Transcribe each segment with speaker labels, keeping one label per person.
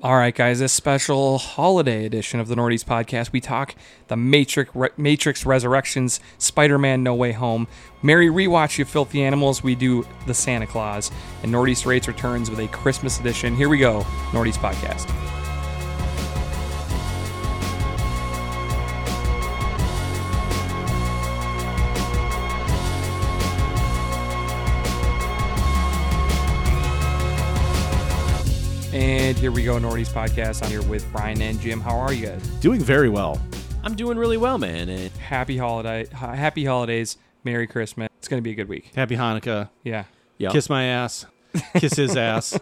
Speaker 1: All right, guys, this special holiday edition of the Nordies podcast, we talk the Matrix, Re- Matrix Resurrections, Spider Man No Way Home, Merry Rewatch, You Filthy Animals, we do The Santa Claus, and Nordies Rates returns with a Christmas edition. Here we go, Nordies podcast. And here we go, Nordies podcast. I'm here with Brian and Jim. How are you guys?
Speaker 2: Doing very well.
Speaker 3: I'm doing really well, man. And
Speaker 1: Happy holiday, ha- happy holidays, Merry Christmas. It's going to be a good week.
Speaker 2: Happy Hanukkah.
Speaker 1: Yeah.
Speaker 3: yeah,
Speaker 2: Kiss my ass. Kiss his ass.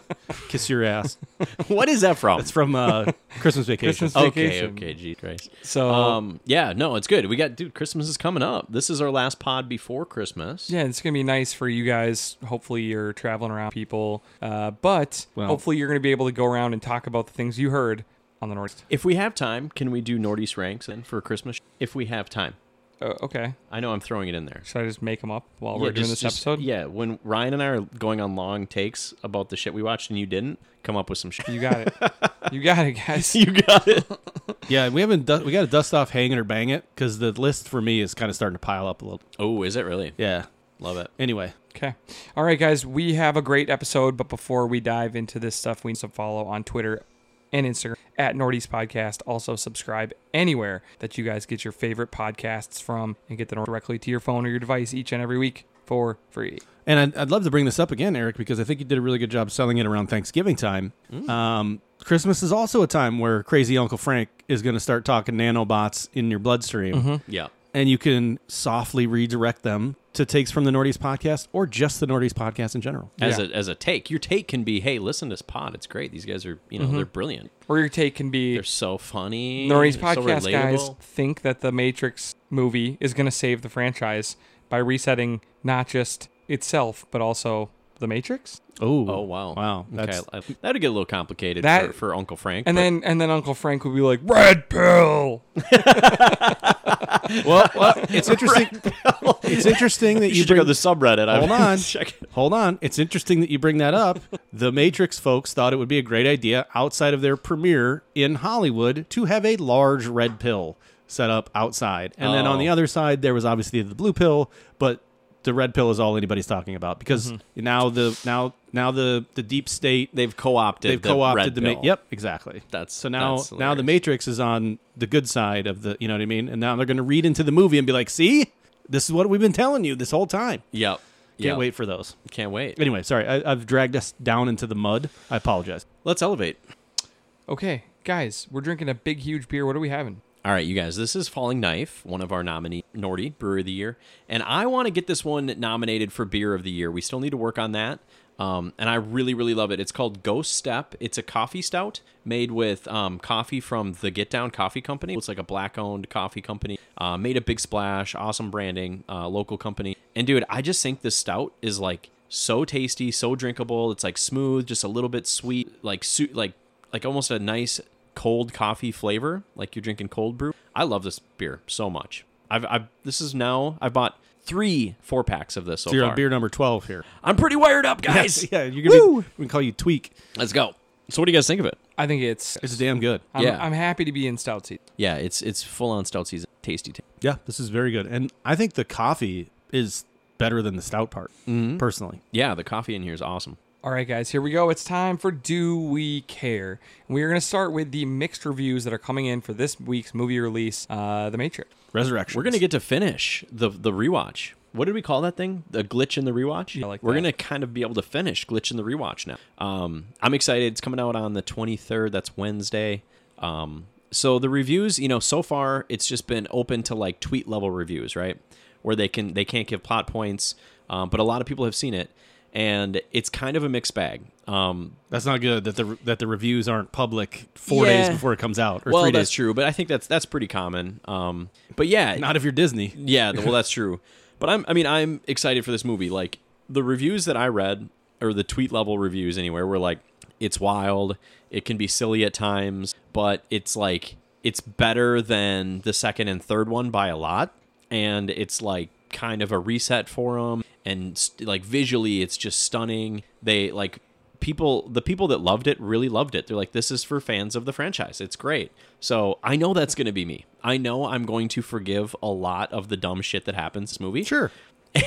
Speaker 2: Kiss your ass.
Speaker 3: what is that from?
Speaker 2: It's from uh, Christmas Vacation. Oh,
Speaker 1: Christmas
Speaker 3: okay,
Speaker 1: vacation.
Speaker 3: okay, Jesus Christ.
Speaker 1: So
Speaker 3: Um, yeah, no, it's good. We got dude. Christmas is coming up. This is our last pod before Christmas.
Speaker 1: yeah, it's going to be nice for you guys. Hopefully, you're traveling around people, uh, but
Speaker 2: Well-
Speaker 1: hopefully, you're going to be able to go around and talk about the things you heard on the Nordies.
Speaker 3: If we have time, can we do Northeast ranks then for Christmas? If we have time,
Speaker 1: Uh, okay,
Speaker 3: I know I'm throwing it in there.
Speaker 1: should I just make them up while
Speaker 3: Yeah,
Speaker 1: we're doing
Speaker 3: just-
Speaker 1: this
Speaker 3: just-
Speaker 1: episode?
Speaker 3: Yeah, when Ryan and I are going on long takes about the shit we watched and you didn't, come up with some shit.
Speaker 1: You got it. you got it, guys.
Speaker 3: you got it.
Speaker 2: Yeah, we haven't. Du- we got to dust off hang it or bang it because the list for me is kind of starting to pile up a little.
Speaker 3: Oh, is it really?
Speaker 2: Yeah.
Speaker 3: Love it.
Speaker 2: Anyway,
Speaker 1: Okay. All right, guys, we have a great episode, but before we dive into this stuff, we need to follow on Twitter and Instagram at Northeast Podcast. Also, subscribe anywhere that you guys get your favorite podcasts from and get them directly to your phone or your device each and every week for free.
Speaker 2: and I'd, I'd love to bring this up again, Eric, because I think you did a really good job selling it around Thanksgiving time. Um, Christmas is also a time where crazy Uncle Frank is going to start talking nanobots in your bloodstream.
Speaker 3: Yeah.
Speaker 2: and you can softly redirect them to takes from the Nordies podcast or just the Nordies podcast in general.
Speaker 3: As
Speaker 1: Yeah.
Speaker 3: a as a take, your take can be, hey, listen to this pod. It's great. These guys are,
Speaker 1: Mm-hmm.
Speaker 3: you know, they're brilliant.
Speaker 1: Or your take can be
Speaker 3: They're so funny.
Speaker 1: Northeast
Speaker 3: They're so
Speaker 1: Podcast guys
Speaker 3: relatable.
Speaker 1: think that the Matrix movie is going to save the franchise by resetting not just itself, but also the Matrix.
Speaker 3: Oh wow,
Speaker 2: Wow,
Speaker 3: Okay,
Speaker 2: that's
Speaker 3: I- that'd get a little complicated
Speaker 1: That-
Speaker 3: for, for Uncle Frank.
Speaker 1: And
Speaker 3: but-
Speaker 1: then and then Uncle Frank would be like, "Red pill."
Speaker 2: well, well, It's interesting. it's interesting that
Speaker 3: you
Speaker 2: you,
Speaker 3: should
Speaker 2: bring
Speaker 3: go to the subreddit. I
Speaker 2: Hold
Speaker 3: would
Speaker 2: on.
Speaker 3: check it.
Speaker 2: Hold on. It's interesting that you bring that up. The Matrix folks thought it would be a great idea outside of their premiere in Hollywood to have a large red pill set up outside. And then on
Speaker 3: Oh.
Speaker 2: the other side, there was obviously the blue pill, but the red pill is all anybody's talking about because
Speaker 3: Mm-hmm.
Speaker 2: now the now now the the deep state
Speaker 3: They've co-opted.
Speaker 2: they've
Speaker 3: the
Speaker 2: co-opted
Speaker 3: red
Speaker 2: the ma-
Speaker 3: pill.
Speaker 2: yep exactly
Speaker 3: That's-
Speaker 2: so now
Speaker 3: that's
Speaker 2: now the
Speaker 3: hilarious.
Speaker 2: matrix is on the good side of the you know what i mean and now they're going to read into the movie and be like see this is what we've been telling you this whole time
Speaker 3: Yep.
Speaker 2: can't
Speaker 3: Yep.
Speaker 2: wait for those
Speaker 3: Can't wait.
Speaker 2: anyway sorry I, i've dragged us down into the mud i apologize
Speaker 3: Let's elevate.
Speaker 1: Okay, guys, we're drinking a big, huge beer. What are we having?
Speaker 3: All right, you guys. This is Falling Knife, one of our nominee Nordy Brewer of the Year, and I want to get this one nominated for Beer of the Year. We still need to work on that, um, and I really, really love it. It's called Ghost Step. It's a coffee stout made with um, coffee from the Get Down Coffee Company. It's like a black-owned coffee company. Uh, made a big splash. Awesome branding. Uh, local company. And dude, I just think this stout is like so tasty, so drinkable. It's like smooth, just a little bit sweet, like su- like like almost a nice cold coffee flavor, like you're drinking cold brew. I love this beer so much. I've, I've this is now I've bought three four packs of this so
Speaker 2: so you're
Speaker 3: far.
Speaker 2: on beer number 12 here
Speaker 3: I'm pretty wired up, guys.
Speaker 2: yeah you're gonna be, we can call you tweak
Speaker 3: Let's go. So what do you guys think of it?
Speaker 1: I think it's.
Speaker 2: it's damn good
Speaker 1: I'm,
Speaker 3: Yeah.
Speaker 1: I'm happy to be in stout seat.
Speaker 3: Yeah, it's it's full on stout season, tasty. ta-
Speaker 2: yeah this is very good and i think the coffee is better than the stout part
Speaker 3: Mm-hmm.
Speaker 2: personally
Speaker 3: yeah, the coffee in here is awesome.
Speaker 1: All right, guys, here we go. It's time for Do We Care? We are going to start with the mixed reviews that are coming in for this week's movie release, uh, The Matrix.
Speaker 2: resurrection
Speaker 3: We're gonna get to finish the the rewatch. What did we call that thing? The glitch in the rewatch.
Speaker 1: Yeah, I like
Speaker 3: We're
Speaker 1: that.
Speaker 3: gonna kind of be able to finish glitch in the rewatch now. Um, I'm excited. It's coming out on the 23rd. That's Wednesday. Um, so the reviews, you know, so far it's just been open to like tweet level reviews, right? Where they can they can't give plot points, um, but a lot of people have seen it, and it's kind of a mixed bag. Um,
Speaker 2: That's not good that the that the reviews aren't public four days
Speaker 3: Yeah.
Speaker 2: before it comes out or
Speaker 3: well,
Speaker 2: three
Speaker 3: that's
Speaker 2: days.
Speaker 3: true, but I think that's that's pretty common. Um, but yeah,
Speaker 2: Not if you're Disney.
Speaker 3: Yeah, th- well, that's true. But I'm, I mean, I'm excited for this movie. Like the reviews that I read, or the tweet level reviews anywhere, were like, it's wild. It can be silly at times, but it's like it's better than the second and third one by a lot. And it's like kind of a reset for them. And st- like visually, it's just stunning. They like people the people that loved it really loved it. They're like, this is for fans of the franchise. It's great. So I know that's gonna be me. I know I'm going to forgive a lot of the dumb shit that happens in this movie.
Speaker 2: Sure.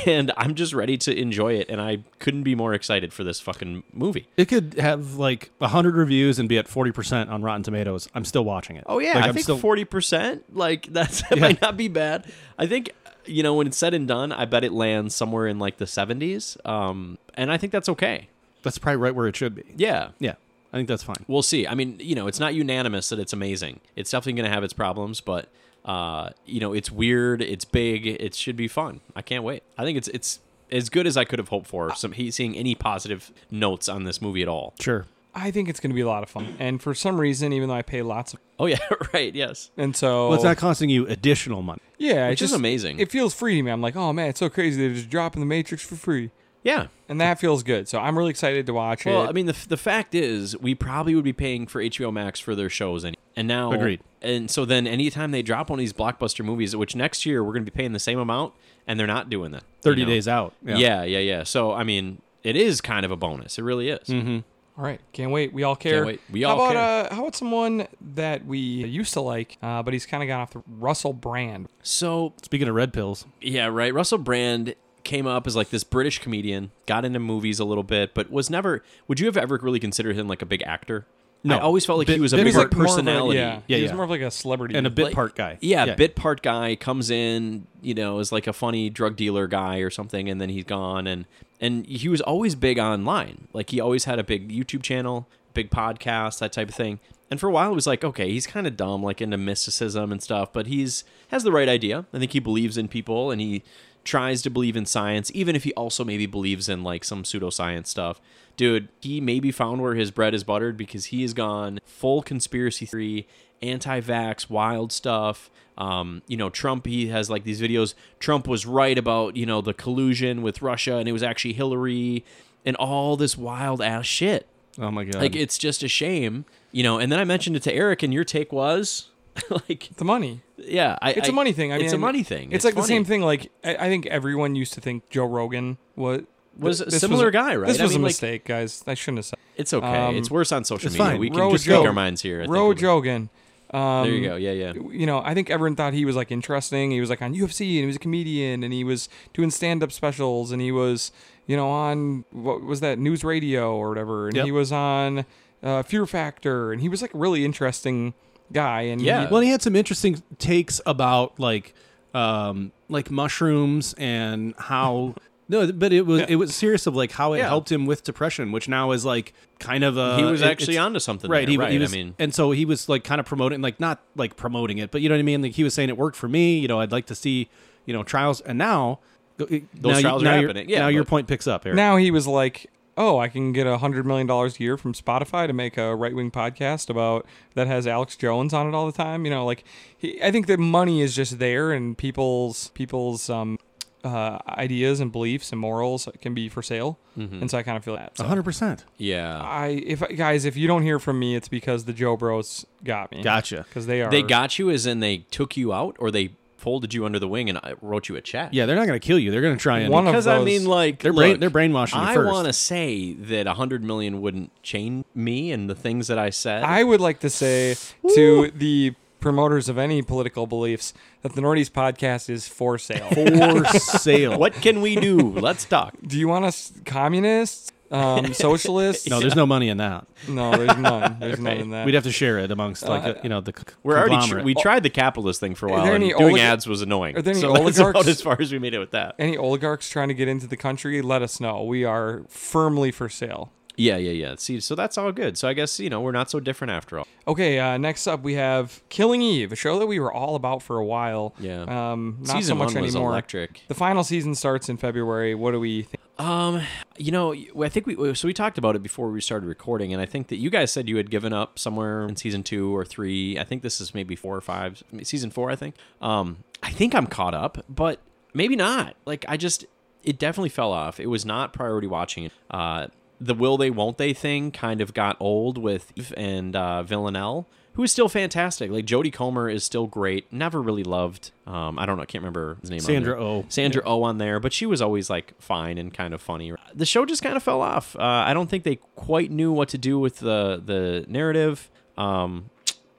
Speaker 3: And I'm just ready to enjoy it, and I couldn't be more excited for this fucking movie.
Speaker 2: It could have like 100 reviews and be at 40% on Rotten Tomatoes. I'm still watching it.
Speaker 3: Oh yeah,
Speaker 2: Like,
Speaker 3: I
Speaker 2: I'm
Speaker 3: think
Speaker 2: still-
Speaker 3: forty percent. Like that's that might not be bad. I think you know when it's said and done, I bet it lands somewhere in like the seventies. Um, and I think that's okay.
Speaker 2: that's probably right where it should be.
Speaker 3: Yeah,
Speaker 2: Yeah. I think that's fine.
Speaker 3: we'll see. I mean, you know, it's not unanimous that it's amazing. It's definitely going to have its problems, but uh, you know, it's weird. It's big. It should be fun. I can't wait. I think it's it's as good as I could have hoped for. Some he- seeing any positive notes on this movie at all.
Speaker 2: Sure.
Speaker 1: I think it's going to be a lot of fun. And for some reason, even though I pay lots of,
Speaker 3: Oh yeah, right. Yes.
Speaker 1: and so
Speaker 2: Well, it's not costing you additional money.
Speaker 1: yeah, it
Speaker 3: Which is
Speaker 1: just-
Speaker 3: amazing.
Speaker 1: It feels free to me. I'm like, oh man, it's so crazy. They're just dropping the Matrix for free,
Speaker 3: Yeah.
Speaker 1: and that feels good. So I'm really excited to watch it.
Speaker 3: Well, I mean, the, the fact is, we probably would be paying for HBO Max for their shows, and and now
Speaker 2: Agreed.
Speaker 3: And so then, anytime they drop one of these blockbuster movies, which next year we're going to be paying the same amount, and they're not doing that.
Speaker 2: 30
Speaker 3: you know?
Speaker 2: days out.
Speaker 3: Yeah. yeah, yeah, So I mean, it is kind of a bonus. It really is.
Speaker 1: Mm-hmm. all right, can't wait. We all care.
Speaker 3: wait. We
Speaker 1: how
Speaker 3: all
Speaker 1: about, Uh, how about someone that we used to like, uh, but he's kind of gone off the Russell Brand.
Speaker 3: So
Speaker 2: Speaking of red pills,
Speaker 3: yeah, right. Russell Brand came up as like this British comedian, got into movies a little bit, but was never. Would you have ever really considered him like a big actor?
Speaker 2: No.
Speaker 3: I always felt like
Speaker 2: Bit-
Speaker 3: he was a
Speaker 2: bit
Speaker 3: big
Speaker 2: He's like
Speaker 1: more of a-
Speaker 3: personality.
Speaker 1: yeah,
Speaker 2: Yeah,
Speaker 1: he was
Speaker 2: yeah.
Speaker 1: more of like a celebrity
Speaker 2: and a bit
Speaker 3: Like-
Speaker 2: part guy.
Speaker 3: Yeah, bit part guy comes in, you know, is like a funny drug dealer guy or something, and then he's gone. And and he was always big online. Like he always had a big YouTube channel, big podcast, that type of thing. And for a while, it was like, okay, he's kind of dumb, like into mysticism and stuff, but he's has the right idea. I think he believes in people, and he tries to believe in science, even if he also maybe believes in like some pseudoscience stuff. Dude, he maybe found where his bread is buttered because he has gone full conspiracy theory, anti vax, wild stuff. Um, you know, Trump, he has like these videos. Trump was right about, you know, the collusion with Russia and it was actually Hillary and all this wild ass shit.
Speaker 2: Oh my god.
Speaker 1: Um,
Speaker 3: Like, it's just a shame, you know. And then I mentioned it to Eric, and your take was like,
Speaker 1: the money.
Speaker 3: yeah, I,
Speaker 1: It's
Speaker 3: a
Speaker 1: a money thing. I mean,
Speaker 3: it's a money thing.
Speaker 1: It's, like the
Speaker 3: funny.
Speaker 1: same thing. Like I, I think everyone used to think Joe Rogan was
Speaker 3: Was a
Speaker 1: this
Speaker 3: similar guy, right?
Speaker 1: This
Speaker 3: I
Speaker 1: was
Speaker 3: mean,
Speaker 1: a
Speaker 3: like-
Speaker 1: mistake, guys. I shouldn't have said.
Speaker 3: It's okay.
Speaker 1: Um,
Speaker 3: it's worse on social
Speaker 2: it's
Speaker 3: media.
Speaker 2: fine.
Speaker 3: We can
Speaker 1: Roe
Speaker 3: just
Speaker 1: Joe.
Speaker 3: make our minds here. I think.
Speaker 1: Roe
Speaker 3: We-
Speaker 1: Jogan. Um,
Speaker 3: There you go. Yeah, yeah.
Speaker 1: You know, I think everyone thought he was like interesting. He was like on UFC and he was a comedian and he was doing stand-up specials and he was, you know, on what was that news radio or whatever. And
Speaker 2: Yep.
Speaker 1: he was on uh, Fear Factor and he was like a really interesting guy. And he-
Speaker 3: Yeah.
Speaker 2: Well, he had some interesting takes about like um like mushrooms and how no, but it was it was serious of like how it
Speaker 3: Yeah.
Speaker 2: helped him with depression, which now is like kind of a
Speaker 3: He was
Speaker 2: it-
Speaker 3: actually
Speaker 2: it's-
Speaker 3: onto something.
Speaker 2: Right,
Speaker 3: there,
Speaker 2: he,
Speaker 3: Uh, right.
Speaker 2: he was,
Speaker 3: I mean,
Speaker 2: and so he was like kind of promoting, like not like promoting it, but you know what I mean. Like he was saying it worked for me. You know, I'd like to see you know trials, and now those
Speaker 3: trials are happening, yeah,
Speaker 2: now your
Speaker 3: but-
Speaker 2: point picks up, Eric.
Speaker 1: Now he was like, "Oh, I can get a hundred million dollars a year from Spotify to make a right wing podcast about that has Alex Jones on it all the time." You know, like he, I think that money is just there, and people's people's um, uh, ideas and beliefs and morals can be for sale,
Speaker 3: Mm-hmm.
Speaker 1: and so I kind of feel that. So.
Speaker 2: hundred percent.
Speaker 3: yeah.
Speaker 1: I if guys if you don't hear from me it's because the Joe Bros got me
Speaker 2: Gotcha.
Speaker 1: because they are
Speaker 3: They got you as in they took you out or they folded you under the wing and uh, wrote you a check.
Speaker 2: Yeah, they're not going to kill you. They're going to try and
Speaker 1: One of
Speaker 3: Because I
Speaker 1: those-
Speaker 3: mean, like
Speaker 2: They're brain-
Speaker 3: look,
Speaker 2: they're brainwashing you
Speaker 3: I
Speaker 2: first.
Speaker 3: want to say that a hundred million wouldn't chain me and the things that I said.
Speaker 1: I would like to say to the promoters of any political beliefs that the Nordies podcast is for sale
Speaker 2: for sale.
Speaker 3: what can we do? Let's talk.
Speaker 1: Do you want us communists, um, socialists?
Speaker 2: No, there's no money in that.
Speaker 1: no, there's none. There's none in that.
Speaker 2: We'd have to share it amongst like the, you know the. c-
Speaker 3: Uh, We're already tr-
Speaker 2: conglomerate.
Speaker 3: we tried the capitalist thing for a while.
Speaker 1: there
Speaker 3: And
Speaker 1: any
Speaker 3: doing
Speaker 1: olig-
Speaker 3: ads was annoying.
Speaker 1: are there any
Speaker 3: so that's
Speaker 1: oligarchs?
Speaker 3: about as far as we made it with that.
Speaker 1: Any oligarchs trying to get into the country, let us know. We are firmly for sale.
Speaker 3: Yeah, yeah, yeah. See, so that's all good. So I guess you know we're not so different after all.
Speaker 1: Okay, uh, next up we have Killing Eve, a show that we were all about for a while.
Speaker 3: Yeah.
Speaker 1: Um, not so
Speaker 3: Season
Speaker 1: much
Speaker 3: one was
Speaker 1: anymore.
Speaker 3: electric.
Speaker 1: The final season starts in February. What do we think?
Speaker 3: Um, you know, I think we so we talked about it before we started recording, and I think that you guys said you had given up somewhere in season two or three. I think this is maybe four or five, season four. I think. Um, I think I'm caught up, but maybe not. Like I just, it definitely fell off. It was not priority watching. Uh, the will they won't they thing kind of got old with Eve and uh, Villanelle, who is still fantastic. Like Jodie Comer is still great. Never really loved. Um, I don't know. I can't remember his name. on
Speaker 2: Sandra
Speaker 3: there.
Speaker 2: Oh.
Speaker 3: Sandra O on there, but she was always like fine and kind of funny. The show just kind of fell off. Uh, I don't think they quite knew what to do with the the narrative. Um,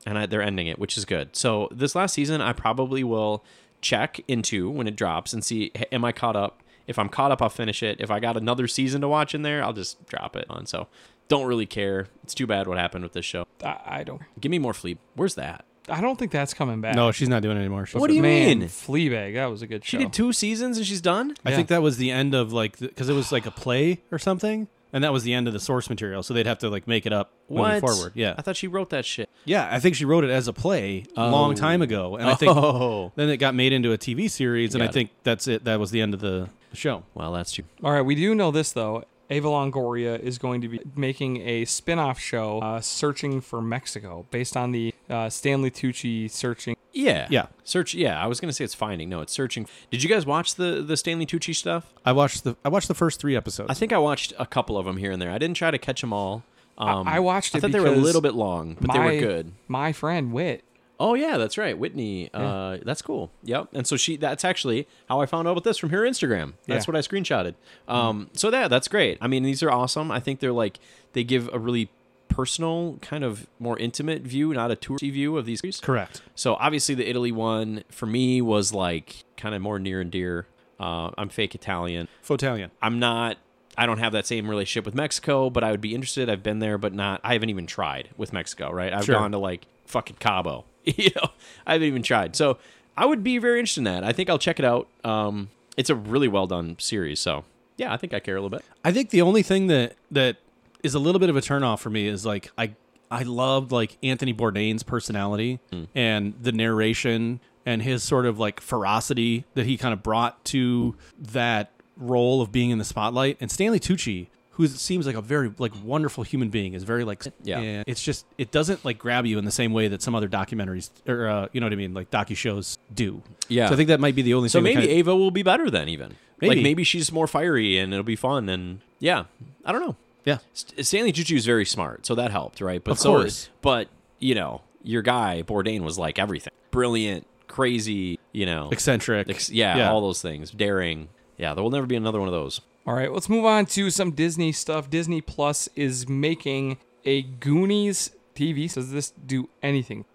Speaker 3: and I, they're ending it, which is good. So this last season, I probably will check into when it drops and see h- am I caught up. If I'm caught up, I'll finish it. If I got another season to watch in there, I'll just drop it on. So don't really care. It's too bad what happened with this show.
Speaker 1: I, I don't.
Speaker 3: Give me more Fleep. Where's that?
Speaker 1: I don't think that's coming back.
Speaker 2: No, she's not doing it anymore. She-
Speaker 3: What do you
Speaker 1: Man,
Speaker 3: mean?
Speaker 1: Fleabag. That was a good
Speaker 3: She
Speaker 1: show.
Speaker 3: did two seasons and she's done.
Speaker 2: I
Speaker 1: Yeah.
Speaker 2: think that was the end of like because it was like a play or something, and that was the end of the source material. So they'd have to like make it up moving
Speaker 3: What?
Speaker 2: forward. Yeah,
Speaker 3: I thought she wrote that shit.
Speaker 2: yeah. I think she wrote it as a play a long time ago, and I think
Speaker 3: Oh.
Speaker 2: then it got made into a TV series, and I
Speaker 3: Got it.
Speaker 2: think that's it. That was the end of the show.
Speaker 3: Well, that's too.
Speaker 1: All right, we do know this though. Ava Longoria is going to be making a spin-off show, uh, Searching for Mexico, based on the uh, Stanley Tucci searching.
Speaker 3: Yeah.
Speaker 2: Yeah.
Speaker 3: Search. Yeah. I was gonna say it's finding. No, it's searching. Did you guys watch the the Stanley Tucci stuff?
Speaker 2: I watched the I watched the first three episodes.
Speaker 3: I think I watched a couple of them here and there. I didn't try to catch them all. Um,
Speaker 1: I watched
Speaker 3: I
Speaker 1: it
Speaker 3: thought they were a
Speaker 1: because
Speaker 3: little bit long, but
Speaker 1: my,
Speaker 3: they were good.
Speaker 1: My friend Wit.
Speaker 3: Oh yeah, that's right, Whitney. Uh, that's cool. Yep. And so she. That's actually how I found out about this from her Instagram. That's
Speaker 1: Yeah.
Speaker 3: what I screenshotted. Um, so yeah, that's great. I mean, these are awesome. I think they're like they give a really personal, kind of more intimate view, not a touristy view of these.
Speaker 2: correct.
Speaker 3: So obviously the Italy one for me was like kind of more near and dear. Uh, I'm fake Italian.
Speaker 2: Fotalion.
Speaker 3: I'm not. I don't have that same relationship with Mexico, but I would be interested. I've been there, but not. I haven't even tried with Mexico. Right? I've
Speaker 2: Sure.
Speaker 3: gone to like fucking Cabo. you know, I haven't even tried. So I would be very interested in that. I think I'll check it out. Um, it's a really well done series. So yeah, I think I care a little bit.
Speaker 2: I think the only thing that that is a little bit of a turnoff for me is like I I loved like Anthony Bourdain's personality
Speaker 3: Hmm.
Speaker 2: and the narration and his sort of like ferocity that he kind of brought to that role of being in the spotlight and Stanley Tucci who seems like a very like wonderful human being is very like
Speaker 3: Yeah.
Speaker 2: and it's just it doesn't like grab you in the same way that some other documentaries or uh, you know what I mean like docu shows do
Speaker 3: Yeah.
Speaker 2: so I think that might be the only
Speaker 3: So
Speaker 2: thing that
Speaker 3: maybe
Speaker 2: kinda-
Speaker 3: Ava will be better then. Even
Speaker 2: Maybe.
Speaker 3: like maybe she's more fiery and it'll be fun. And yeah, I don't know.
Speaker 2: yeah
Speaker 3: St- Stanley Tucci was very smart, so that helped, right? But
Speaker 2: Of
Speaker 3: so
Speaker 2: course.
Speaker 3: but you know, your guy Bourdain was like everything, brilliant, crazy, you know,
Speaker 2: eccentric
Speaker 3: ex- yeah, all those things, daring. Yeah, there will never be another one of those.
Speaker 1: All right, let's move on to some Disney stuff. Disney Plus is making a Goonies TV. So does this do anything?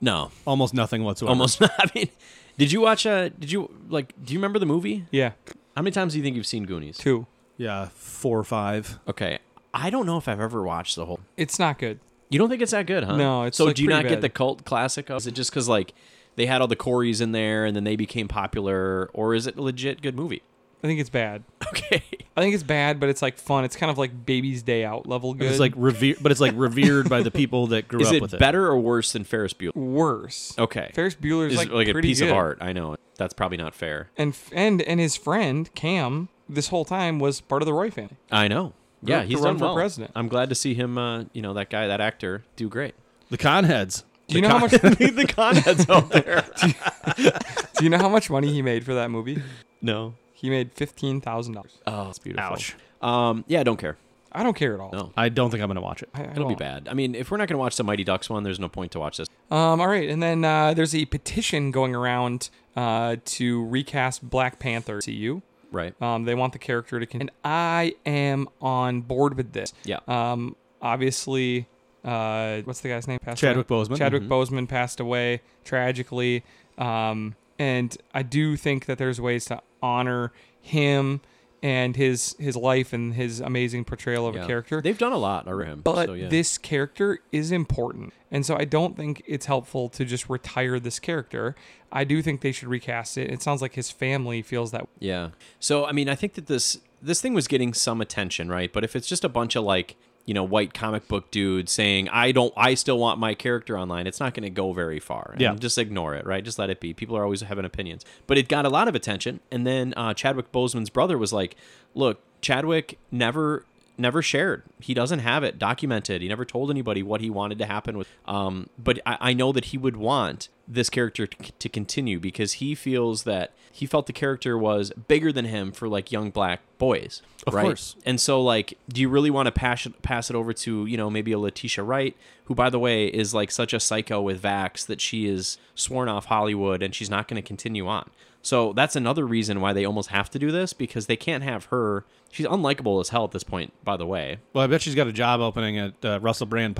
Speaker 3: No,
Speaker 2: almost nothing whatsoever
Speaker 3: almost not. I mean, did you watch? Uh, did you like? Do you remember the movie?
Speaker 1: Yeah,
Speaker 3: How many times do you think you've seen Goonies?
Speaker 1: two.
Speaker 2: Yeah, four or five.
Speaker 3: Okay, I don't know if I've ever watched the whole.
Speaker 1: It's not good.
Speaker 3: You don't think it's that good, huh?
Speaker 1: No, it's,
Speaker 3: so.
Speaker 1: like,
Speaker 3: do you
Speaker 1: pretty
Speaker 3: not get
Speaker 1: bad.
Speaker 3: the cult classic? Of, is it just because like they had all the Corys in there and then they became popular, or is it a legit good movie?
Speaker 1: I think it's bad.
Speaker 3: Okay.
Speaker 1: I think it's bad, but it's like fun. It's kind of like Baby's Day Out level good.
Speaker 2: It's like revered, but it's like revered by the people that grew
Speaker 3: Is
Speaker 2: up
Speaker 3: it
Speaker 2: with it.
Speaker 3: better or worse than Ferris Bueller?
Speaker 1: worse.
Speaker 3: Okay.
Speaker 1: Ferris Bueller's
Speaker 3: It's
Speaker 1: like,
Speaker 3: Oh. like, a
Speaker 1: pretty
Speaker 3: piece
Speaker 1: good.
Speaker 3: of art. I know. That's probably not fair.
Speaker 1: and and and his friend Cam this whole time was part of the Roy family.
Speaker 3: I know. Yeah,
Speaker 1: To
Speaker 3: he's
Speaker 1: run
Speaker 3: done
Speaker 1: for
Speaker 3: well.
Speaker 1: president.
Speaker 3: I'm glad to see him. Uh, you know that guy, that actor, do great.
Speaker 2: The con heads.
Speaker 1: Do you know how much? Do
Speaker 3: the conheads out there.
Speaker 1: you know how much money he made for that movie?
Speaker 3: no.
Speaker 1: He made fifteen thousand dollars.
Speaker 3: Oh, it's beautiful.
Speaker 2: Ouch.
Speaker 3: Um, yeah, I don't care.
Speaker 1: I don't care at all.
Speaker 3: No.
Speaker 2: I don't think I'm gonna watch it.
Speaker 1: I, I
Speaker 3: It'll be
Speaker 1: don't.
Speaker 3: bad. I mean, if we're not gonna watch the Mighty Ducks one, there's no point to watch this.
Speaker 1: Um, all right, and then uh, there's a petition going around uh, to recast Black Panther to you.
Speaker 3: Right.
Speaker 1: Um, they want the character to con- and I am on board with this.
Speaker 3: Yeah.
Speaker 1: Um, obviously, uh, what's the guy's name? Passed
Speaker 2: Chadwick
Speaker 1: away?
Speaker 2: Boseman.
Speaker 1: Chadwick
Speaker 3: Mm-hmm.
Speaker 1: Boseman passed away tragically, um, and I do think that there's ways to honor him and his his life and his amazing portrayal of
Speaker 3: Yeah.
Speaker 1: a character.
Speaker 3: They've done a lot over him.
Speaker 1: but
Speaker 3: so, yeah.
Speaker 1: this character is important, and so I don't think it's helpful to just retire this character. I do think they should recast it. It sounds like his family feels that
Speaker 3: Yeah. So I mean, I think that this this thing was getting some attention, right? But if it's just a bunch of like you know white comic book dudes saying I don't, I still want my character online, it's not going to go very far. And
Speaker 2: Yeah.
Speaker 3: Just ignore it, right? Just let it be. People are always having opinions, but it got a lot of attention. And then uh, Chadwick Boseman's brother was like, "Look, Chadwick never." Never shared. He doesn't have it documented. He never told anybody what he wanted to happen with. Um, but I, I know that he would want this character to, to continue because he feels that he felt the character was bigger than him for like young black boys,
Speaker 2: Of
Speaker 3: right?
Speaker 2: course.
Speaker 3: And so, like, do you really want to pass it, pass it over to you know maybe a Letitia Wright, who by the way is like such a psycho with Vax that she is sworn off Hollywood and she's not going to continue on. So that's another reason why they almost have to do this because they can't have her. She's unlikable as hell at this point, by the way.
Speaker 2: Well, I bet she's got a job opening at uh,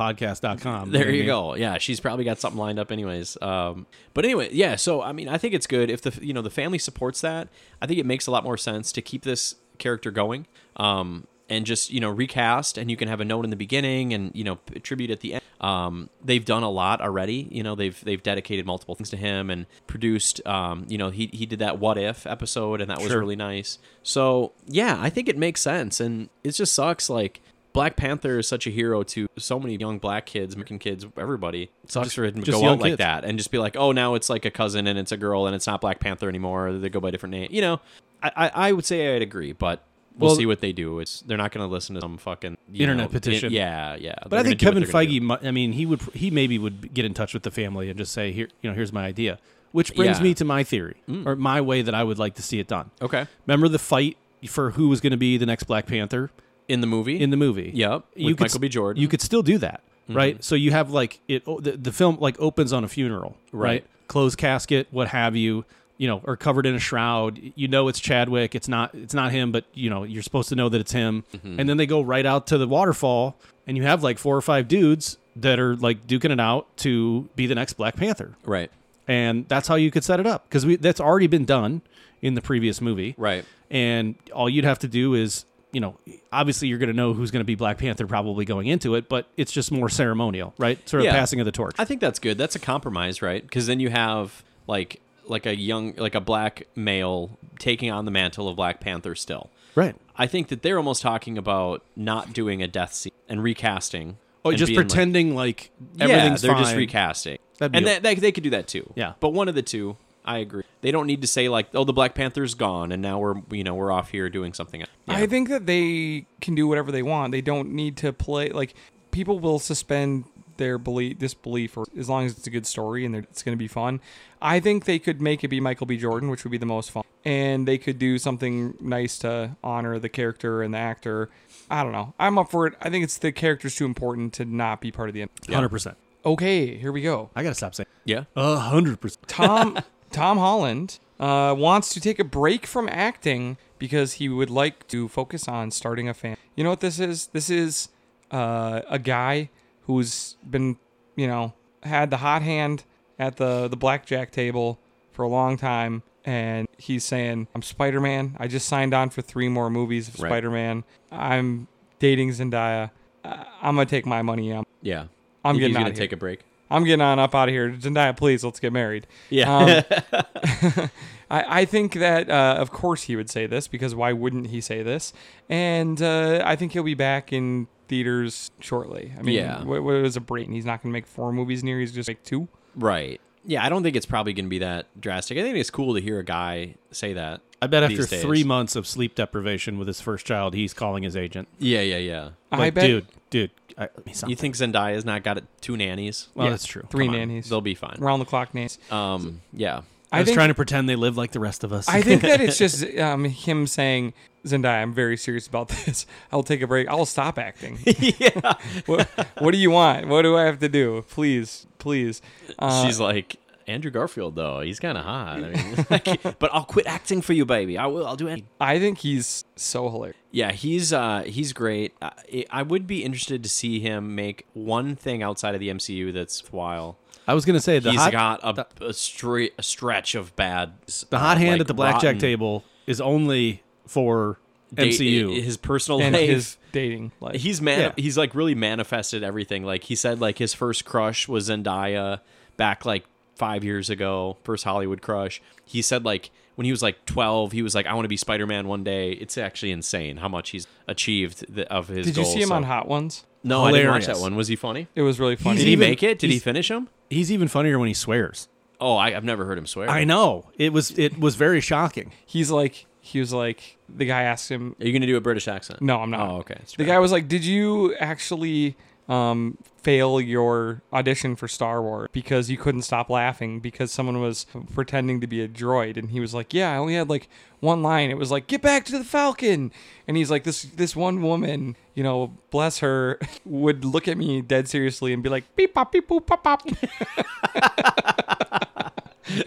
Speaker 2: russellbrandpodcast.com. Um,
Speaker 3: There
Speaker 2: know
Speaker 3: you
Speaker 2: what I mean?
Speaker 3: go. Yeah, she's probably got something lined up, anyways. Um, but anyway, yeah. So I mean, I think it's good if the you know the family supports that. I think it makes a lot more sense to keep this character going, um, and just you know recast, and you can have a note in the beginning, and you know p- tribute at the end. Um, they've done a lot already. You know, they've they've dedicated multiple things to him and produced. Um, you know, he he did that What If episode, and that was
Speaker 2: Sure.
Speaker 3: really nice. So yeah, I think it makes sense, and it just sucks like. Black Panther is such a hero to so many young black kids, American kids, everybody. It sucks for it to
Speaker 2: just
Speaker 3: go out
Speaker 2: young
Speaker 3: like
Speaker 2: kids.
Speaker 3: that and just be like, oh, now it's like a cousin and it's a girl and it's not Black Panther anymore. They go by a different name. You know, I, I, I would say I'd agree, but we'll,
Speaker 2: Well-
Speaker 3: see what they do. It's they're not going to listen to some fucking you
Speaker 2: Internet
Speaker 3: know,
Speaker 2: petition.
Speaker 3: it- yeah, yeah.
Speaker 2: But I
Speaker 3: They're
Speaker 2: think
Speaker 3: gonna
Speaker 2: Kevin
Speaker 3: do what they're gonna
Speaker 2: Feige, mu- I mean, he would, he maybe would get in touch with the family and just say, here, you know, here's my idea, which brings
Speaker 3: Yeah. Mm.
Speaker 2: me to my theory or my way that I would like to see it done.
Speaker 3: do. Okay,
Speaker 2: Remember the fight for who was going to be the next Black Panther
Speaker 3: in the movie,
Speaker 2: in the movie?
Speaker 3: Yep, with
Speaker 2: could
Speaker 3: Michael
Speaker 2: s-
Speaker 3: B. Jordan. Mm-hmm.
Speaker 2: You could still do that, right? So you have like it. oh, The, the film like opens on a funeral, right?
Speaker 3: Right.
Speaker 2: Closed casket, what have you? You know, or covered in a shroud. You know it's Chadwick. It's not. It's not him. But you know, you're supposed to know that it's him.
Speaker 3: Mm-hmm.
Speaker 2: And then they go right out to the waterfall, and you have like four or five dudes that are like duking it out to be the next Black Panther
Speaker 3: right,
Speaker 2: and that's how you could set it up because we that's already been done in the previous movie
Speaker 3: Right.
Speaker 2: and all you'd have to do is you know obviously you're going to know who's going to be black panther probably going into it but it's just more ceremonial right sort of
Speaker 3: Yeah.
Speaker 2: passing of the torch
Speaker 3: I think that's good. That's a compromise, right? Because then you have like like a young like a black male taking on the mantle of Black Panther still.
Speaker 2: right
Speaker 3: I think that they're almost talking about not doing a death scene and recasting.
Speaker 2: oh
Speaker 3: and
Speaker 2: just
Speaker 3: being like-
Speaker 2: pretending like,
Speaker 3: yeah,
Speaker 2: everything's
Speaker 3: they're just
Speaker 2: fine.
Speaker 3: recasting.
Speaker 2: That'd be
Speaker 3: and
Speaker 2: a-
Speaker 3: that, that, they could do that too.
Speaker 2: Yeah.
Speaker 3: But one of the two, I agree. They don't need to say like, oh, the Black Panther's gone, and now we're you know we're off here doing something. else. Yeah.
Speaker 1: I think that they can do whatever they want. They don't need to play like people will suspend their belief disbelief or as long as it's a good story and they're- it's going to be fun. I think they could make it be Michael B. Jordan, which would be the most fun, and they could do something nice to honor the character and the actor. I don't know. I'm up for it. I think it's the character's too important to not be part of the.
Speaker 2: 100%
Speaker 1: Okay, here we go.
Speaker 2: i gotta stop saying
Speaker 3: yeah.
Speaker 2: uh, 100%
Speaker 1: Tom Tom Holland uh, wants to take a break from acting because he would like to focus on starting a fan. You know what this is? This is uh, a guy who's been, you know, had the hot hand at the the blackjack table for a long time, and he's saying, "I'm Spider Man. I just signed on for three more movies of
Speaker 3: Right.
Speaker 1: Spider Man. I'm dating Zendaya. I- I'm gonna take my money. I'm,
Speaker 3: Yeah.
Speaker 1: I'm
Speaker 3: He's
Speaker 1: getting
Speaker 3: gonna
Speaker 1: out of here.
Speaker 3: take a break.
Speaker 1: I'm getting on up out of here. Zendaya, please, let's get married."
Speaker 3: Yeah.
Speaker 2: Um,
Speaker 1: I, I think that, uh, of course, he would say this because why wouldn't he say this? And uh, I think he'll be back in theaters shortly. I mean,
Speaker 3: Yeah.
Speaker 1: what, what is a Brayton? He's not going to make four movies near. He's just like two.
Speaker 3: right. Yeah. I don't think it's probably going to be that drastic. I think it's cool to hear a guy say that.
Speaker 2: i bet after
Speaker 3: these days.
Speaker 2: three months of sleep deprivation with his first child he's calling his agent
Speaker 3: Yeah. Yeah. Yeah.
Speaker 1: I
Speaker 2: Like,
Speaker 1: bet
Speaker 2: dude dude I, I mean,
Speaker 3: You
Speaker 2: something.
Speaker 3: think Zendaya's not got two nannies?
Speaker 2: well
Speaker 1: Yeah,
Speaker 2: that's true
Speaker 1: three
Speaker 2: Come on.
Speaker 1: nannies.
Speaker 3: They'll be fine.
Speaker 1: round the clock nannies.
Speaker 3: Um. Yeah.
Speaker 2: i
Speaker 1: I
Speaker 2: was
Speaker 1: think-
Speaker 2: trying to pretend they live like the rest of us
Speaker 1: I think that it's just um, him saying, Zendaya, I'm very serious about this. I'll take a break. I'll stop acting. yeah. what, what do you want? What do I have to do? Please, please. Uh,
Speaker 3: She's like Andrew Garfield though. He's kind of hot. I mean, like, but I'll quit acting for you, baby. I will. I'll do anything.
Speaker 1: I think he's so hilarious.
Speaker 3: Yeah, he's uh, he's great. I, I would be interested to see him make one thing outside of the MCU that's while.
Speaker 2: I was gonna say the
Speaker 3: He's
Speaker 2: hot,
Speaker 3: got a, a, stre- a stretch of bad.
Speaker 2: The
Speaker 3: Uh,
Speaker 2: hot hand at the blackjack table is only for MCU.
Speaker 3: His personal
Speaker 1: And
Speaker 3: life.
Speaker 1: his dating life.
Speaker 3: he's man.
Speaker 2: Yeah.
Speaker 3: He's like really manifested everything. Like he said, like his first crush was Zendaya back like five years ago. First Hollywood crush. He said like when he was like twelve, he was like, I want to be Spider Man one day. It's actually insane how much he's achieved the, of his.
Speaker 1: Did you see
Speaker 3: goals,
Speaker 1: him on
Speaker 3: so-
Speaker 1: Hot Ones?
Speaker 3: No, I didn't watch that
Speaker 2: Hilarious.
Speaker 3: one. Was he funny?
Speaker 1: It was really funny.
Speaker 2: He's
Speaker 3: Did he
Speaker 2: even-
Speaker 3: make it? Did he
Speaker 2: he's-
Speaker 3: finish him?
Speaker 2: He's even funnier when he swears.
Speaker 3: Oh, I, I've never heard him swear.
Speaker 2: I know. It was it was very shocking.
Speaker 1: he's like he was like the guy asked him
Speaker 3: Are you gonna do a British accent?
Speaker 1: no i'm not
Speaker 3: Oh, okay. It's too
Speaker 1: the
Speaker 3: bad.
Speaker 1: guy was like did you actually um, fail your audition for Star Wars because you couldn't stop laughing because someone was pretending to be a droid and he was like, "Yeah, I only had like one line. It was like, "Get back to the Falcon." And he's like, "This this one woman, you know, bless her, would look at me dead seriously and be like, "Beep pop beep boop pop pop." and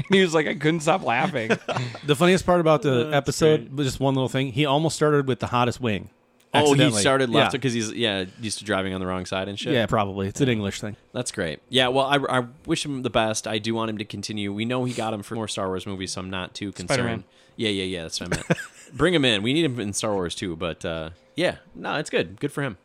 Speaker 1: he was like, "I couldn't stop laughing."
Speaker 2: The funniest part about the episode, just one little thing, he almost started with the hottest wing.
Speaker 3: Oh, he
Speaker 2: Accidentally.
Speaker 3: started left
Speaker 2: Yeah.
Speaker 3: because he's yeah used to driving on the wrong side and shit.
Speaker 2: Yeah, probably. It's an English thing.
Speaker 3: That's great. Yeah, well, I, I wish him the best. I do want him to continue. We know he got him for more Star Wars movies, so I'm not too concerned.
Speaker 1: Spider-Man.
Speaker 3: Yeah, yeah, yeah. That's what I meant. Bring him in. We need him in Star Wars too. But uh, yeah, no, it's good. Good for him.